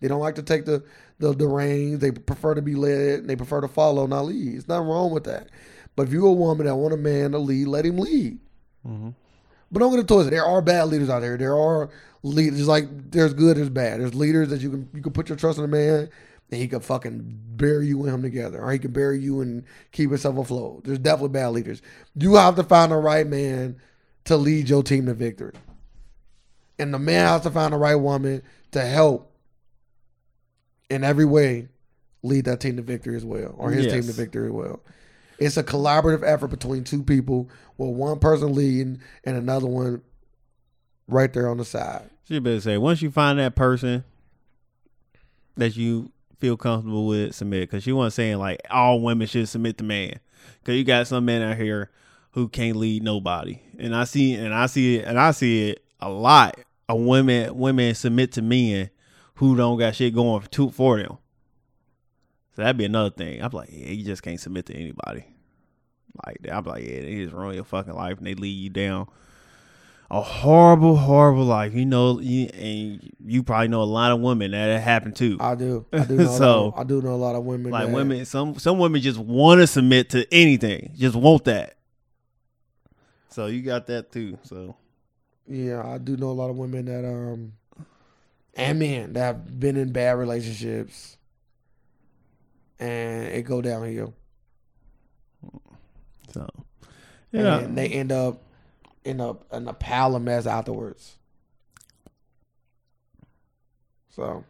Speaker 2: They don't like to take the the, the reins. They prefer to be led. And they prefer to follow, not lead. It's nothing wrong with that. But if you're a woman that want a man to lead, let him lead. But don't get it twisted. There are bad leaders out there. There are leaders like there's good, there's bad. There's leaders that you can you can put your trust in a man, and he can fucking bury you and him together, or he can bury you and keep himself afloat. There's definitely bad leaders. You have to find the right man to lead your team to victory, and the man has to find the right woman to help in every way lead that team to victory as well, or his team
Speaker 1: Yes.
Speaker 2: to victory as well. It's a collaborative effort between two people with one person leading and another one right there on the side.
Speaker 1: She better say once you find that person that you feel comfortable with, submit. Because she wasn't saying like all women should submit to man. Because you got some men out here who can't lead nobody, and I see and I see it and I see it a lot. Of women women submit to men who don't got shit going for two for them. So that'd be another thing. I'm like, yeah, you just can't submit to anybody. Like I'm like, yeah, they just ruin your fucking life and they lead you down a horrible, horrible life. You know, you, and you probably know a lot of women that it happened to.
Speaker 2: I do. I do know a
Speaker 1: So,
Speaker 2: lot, I do know a lot of women.
Speaker 1: like
Speaker 2: that-
Speaker 1: women, some some women just want to submit to anything, just want that. So you got that too. So
Speaker 2: Yeah, I do know a lot of women that um and men that have been in bad relationships and it go downhill.
Speaker 1: so yeah,
Speaker 2: And they end up in a in a pile of mess afterwards. So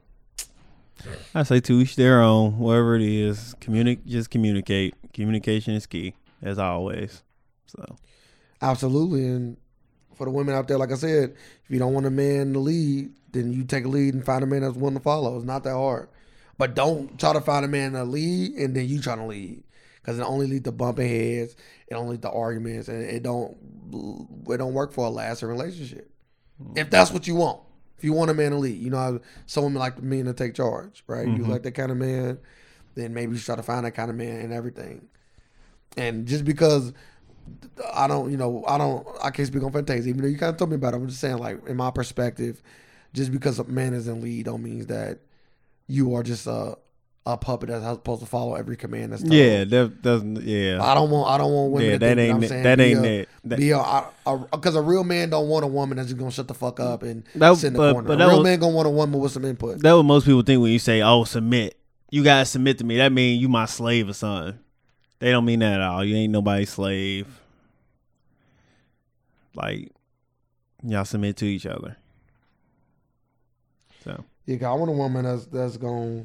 Speaker 1: I say to each their own. Whatever it is, communicate. Just communicate. Communication is key, as always. So
Speaker 2: Absolutely. And for the women out there, like I said, if you don't want a man to lead, then you take a lead and find a man that's willing to follow. It's not that hard. But don't try to find a man to lead and then you try to lead. Because it only leads to bumping heads, it only leads to arguments, and it don't it don't work for a lasting relationship. If that's what you want. If you want a man to lead, you know how some women like men to take charge, right? You like that kind of man, then maybe you try to find that kind of man and everything. And just because I don't, you know, I don't, I can't speak on Fantasia, even though you kind of told me about it. I'm just saying, like, in my perspective, just because a man is in lead don't means that you are just a, a puppet that's supposed to follow every command that's told.
Speaker 1: yeah, that doesn't. Yeah,
Speaker 2: I don't want, I don't want women
Speaker 1: yeah,
Speaker 2: to think
Speaker 1: that ain't
Speaker 2: I'm
Speaker 1: it.
Speaker 2: saying.
Speaker 1: that
Speaker 2: be
Speaker 1: ain't
Speaker 2: a,
Speaker 1: it. That-
Speaker 2: Be a, because a, real man don't want a woman that's just gonna shut the fuck up and
Speaker 1: That-
Speaker 2: sit in the
Speaker 1: but-
Speaker 2: corner.
Speaker 1: but
Speaker 2: a
Speaker 1: that
Speaker 2: real
Speaker 1: was-
Speaker 2: man gonna want a woman with some input.
Speaker 1: That what most people think when you say, "Oh, submit." You gotta submit to me. That mean you my slave or something. They don't mean that at all. You ain't nobody's slave. Like y'all submit to each other. So
Speaker 2: Yeah, 'cause I want a woman that's that's gonna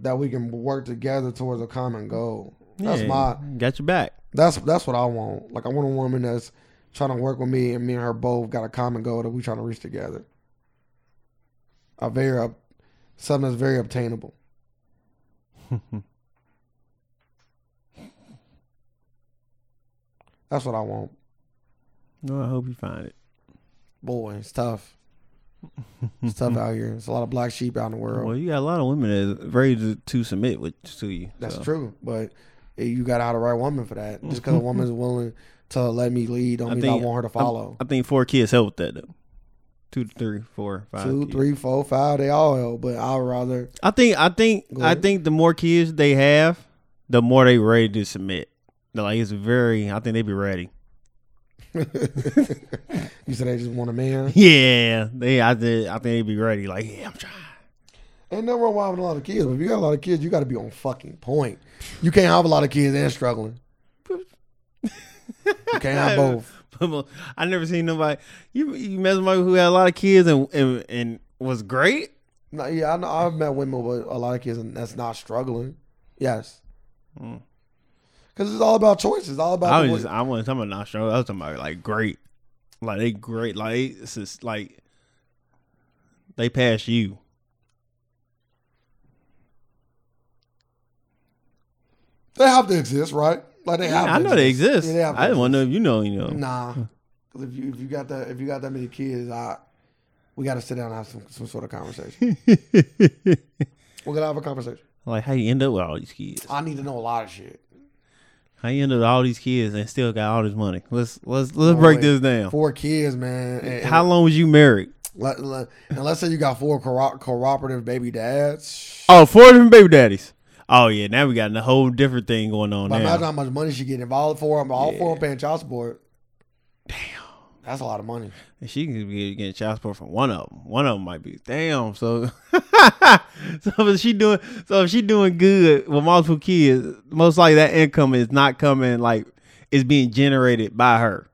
Speaker 2: that we can work together towards a common goal. That's
Speaker 1: yeah,
Speaker 2: my
Speaker 1: got your back.
Speaker 2: That's that's what I want. Like I want a woman that's trying to work with me, and me and her both got a common goal that we trying to reach together. are very ob- something that's very obtainable. that's what I want.
Speaker 1: No, I hope you find it.
Speaker 2: Boy, it's tough. It's tough out here. It's a lot of black sheep out in the world.
Speaker 1: Well, you got a lot of women that ready to, to submit with to you.
Speaker 2: That's
Speaker 1: so.
Speaker 2: true, but eh, you got to have the right woman for that. Just because a woman's willing to let me lead, don't
Speaker 1: I
Speaker 2: mean
Speaker 1: think-
Speaker 2: I want her to follow.
Speaker 1: I think four kids help with that though. Two, three, four, five.
Speaker 2: Two,
Speaker 1: kids.
Speaker 2: three, four, five. They all help, but I'd rather
Speaker 1: I think I think
Speaker 2: Go
Speaker 1: I
Speaker 2: ahead.
Speaker 1: think the more kids they have, the more they ready to submit. They're like it's very. I think they be ready.
Speaker 2: you said I just want a man.
Speaker 1: Yeah, they. I did. I think they be ready. Like yeah, I'm trying.
Speaker 2: Ain't nothing wrong with having a lot of kids, but if you got a lot of kids, you got to be on fucking point. You can't have a lot of kids and struggling. You can't have both.
Speaker 1: I never seen nobody. You you met somebody who had a lot of kids and and, and was great.
Speaker 2: No, yeah, I know, I've met women with a lot of kids, and that's not struggling. Yes,
Speaker 1: Mm.
Speaker 2: because it's all about choices. All
Speaker 1: I
Speaker 2: about Oh, the
Speaker 1: was
Speaker 2: way-
Speaker 1: just, I wasn't talking about not strong. I was talking about like great, like they great, like it's just like they pass you.
Speaker 2: they have to exist, right? Like they have.
Speaker 1: I
Speaker 2: to
Speaker 1: know they exist.
Speaker 2: Yeah, they have to
Speaker 1: I didn't want to know if you know. You know,
Speaker 2: Nah, because if you if you got that if you got that many kids, I we got to sit down and have some some sort of conversation. We're gonna have a conversation.
Speaker 1: like how you end up with all these kids?
Speaker 2: I need to know a lot of shit.
Speaker 1: How you end up with all these kids and still got all this money? Let's let's let's break
Speaker 2: wait.
Speaker 1: this down.
Speaker 2: Four kids, man. And,
Speaker 1: How long was you married?
Speaker 2: let, let- and let's say you got four corro- cooperative baby dads.
Speaker 1: Oh, four different baby daddies. Oh yeah, now we got a whole different thing going on
Speaker 2: But
Speaker 1: now.
Speaker 2: imagine how much money she getting. If all four of them, all four of them paying child support. Damn, that's a lot of money.
Speaker 1: And she could be getting child support from one of them. One of them might be damn. So, so if she doing so if she doing good with multiple kids, most likely that income is not coming like it's being generated by her.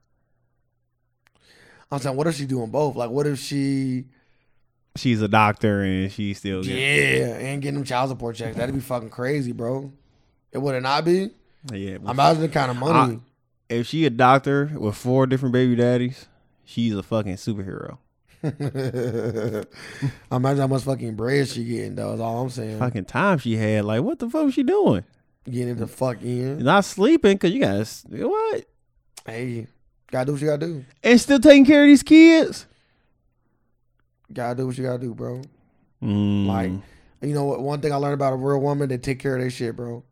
Speaker 2: I'm saying, what if she doing both? Like, what if she,
Speaker 1: She's a doctor and she's still
Speaker 2: Oh, yeah,
Speaker 1: getting
Speaker 2: and getting them child support checks? That'd be fucking crazy, bro. It would it not be?
Speaker 1: yeah.
Speaker 2: Imagine the kind of money.
Speaker 1: if she a doctor with four different baby daddies, she's a fucking superhero.
Speaker 2: Imagine how much fucking bread she getting. though, is all I'm saying.
Speaker 1: Fucking time she had, like what the fuck was she doing?
Speaker 2: Getting the fuck in.
Speaker 1: Not sleeping because you guys what?
Speaker 2: Hey, gotta do what you gotta do.
Speaker 1: And still taking care of these kids.
Speaker 2: Gotta do what you gotta do, bro.
Speaker 1: Mm.
Speaker 2: Like, you know what? One thing I learned about a real woman, they take care of their shit, bro.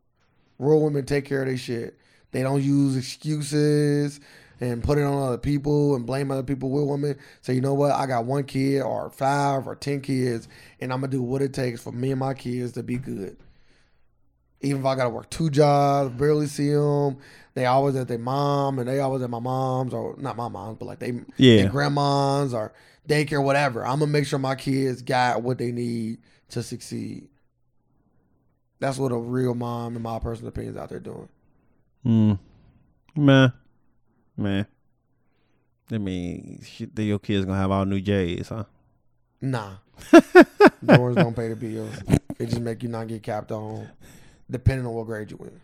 Speaker 2: Real women take care of their shit. They don't use excuses and put it on other people and blame other people. We're women. So, you know what? I got one kid or five or 10 kids, and I'm going to do what it takes for me and my kids to be good. Even if I got to work two jobs, barely see them. They always at their mom and they always at my mom's or not my mom's, but like they
Speaker 1: Yeah.
Speaker 2: their grandma's or daycare, whatever. I'm gonna make sure my kids got what they need to succeed. That's what a real mom, in my personal opinion, is out there doing.
Speaker 1: Mm. Man. Man. I mean, shit, then your kid's gonna have all new J's, huh?
Speaker 2: Nah, doors don't pay the bills. They just make you not get capped on, depending on what grade you in.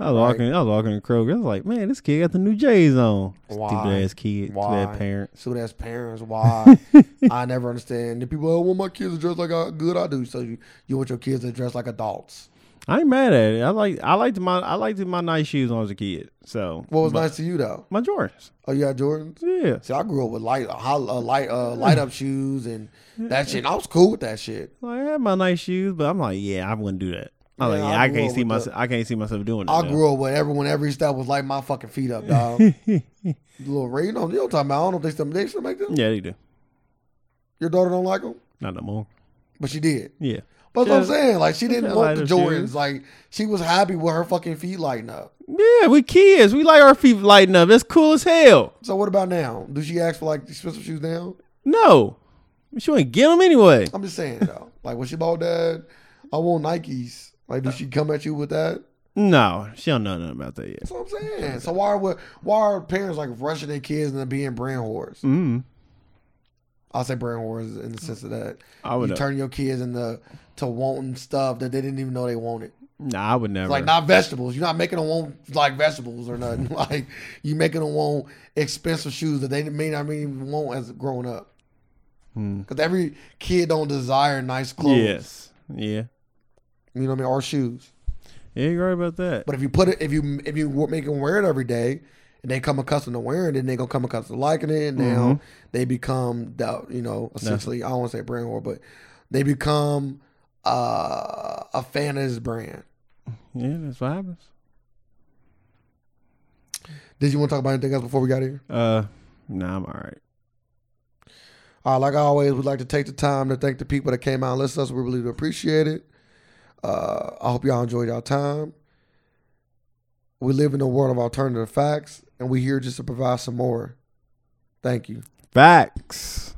Speaker 1: I was walking, I was walking in Kroger. I was like, man, this kid got the new J's on.
Speaker 2: Why?
Speaker 1: Stupid ass kid,
Speaker 2: Why?
Speaker 1: stupid ass parent.
Speaker 2: So that's parents. Why? I never understand. The people, oh, well, my kids are dressed like how good I do. So you, you want your kids to dress like adults.
Speaker 1: I ain't mad at it. I like, I liked my, I liked my nice shoes when I was a kid. So
Speaker 2: What was
Speaker 1: but-
Speaker 2: nice to you though?
Speaker 1: my Jordans?
Speaker 2: Oh, you had Jordans.
Speaker 1: Yeah,
Speaker 2: See, I grew up with light, uh, hol- uh, light, uh, light up shoes and that shit. And I was cool with that shit.
Speaker 1: Like, I had my nice shoes, but I'm like, yeah, I wouldn't do that. I'm
Speaker 2: Yeah,
Speaker 1: like, yeah,
Speaker 2: I
Speaker 1: I,
Speaker 2: grew
Speaker 1: can't
Speaker 2: up
Speaker 1: see
Speaker 2: with
Speaker 1: myself. I can't see myself doing that.
Speaker 2: I
Speaker 1: though.
Speaker 2: grew up with everyone. Every step was like my fucking feet up, dog. Little Ray, you know, you know what I'm talking about. I don't know if they still, they still make them.
Speaker 1: Yeah, they do.
Speaker 2: Your daughter don't like them,
Speaker 1: Not no more.
Speaker 2: but she did.
Speaker 1: Yeah,
Speaker 2: But that's what I'm
Speaker 1: Yeah.
Speaker 2: saying. Like she didn't
Speaker 1: got
Speaker 2: want the
Speaker 1: light-up
Speaker 2: Jordans.
Speaker 1: shoes.
Speaker 2: Like she was happy with her fucking feet lighting up.
Speaker 1: yeah. We kids. We like our feet lighting up. That's cool as hell.
Speaker 2: So what about now? Do she ask for like expensive shoes now?
Speaker 1: No. She wouldn't get them anyway.
Speaker 2: I'm just saying though. like when she bought that, I want Nikes. Like does she come at you with that?
Speaker 1: No, she don't know nothing about that yet.
Speaker 2: That's what I'm saying. So why are why are parents like rushing their kids into being brand whores?
Speaker 1: Mm.
Speaker 2: I'll say brand whores in the sense of that
Speaker 1: I would.
Speaker 2: you turn your kids into to wanting stuff that they didn't even know they wanted.
Speaker 1: nah, I would never.
Speaker 2: Like not vegetables. You're not making them want like vegetables or nothing. like you making them want expensive shoes that they may not even want as growing up. Because every kid don't desire nice clothes.
Speaker 1: Yes. Yeah.
Speaker 2: You know what I mean? Or shoes.
Speaker 1: Yeah, you're right about that.
Speaker 2: But if you put it, if you if you make them wear it every day, and they come accustomed to wearing it, and they go come accustomed to liking it, and now they become the you know essentially I don't want to say brand war, but they become uh, a fan of this brand.
Speaker 1: yeah, that's what happens.
Speaker 2: Did you want to talk about anything else before we got here?
Speaker 1: Uh, nah, I'm all right.
Speaker 2: All right, Uh, like always, we'd like to take the time to thank the people that came out and listened to us. We really do appreciate it. Uh, I hope y'all enjoyed y'all time. We live in a world of alternative facts, and we're here just to provide some more. Thank you.
Speaker 1: Facts.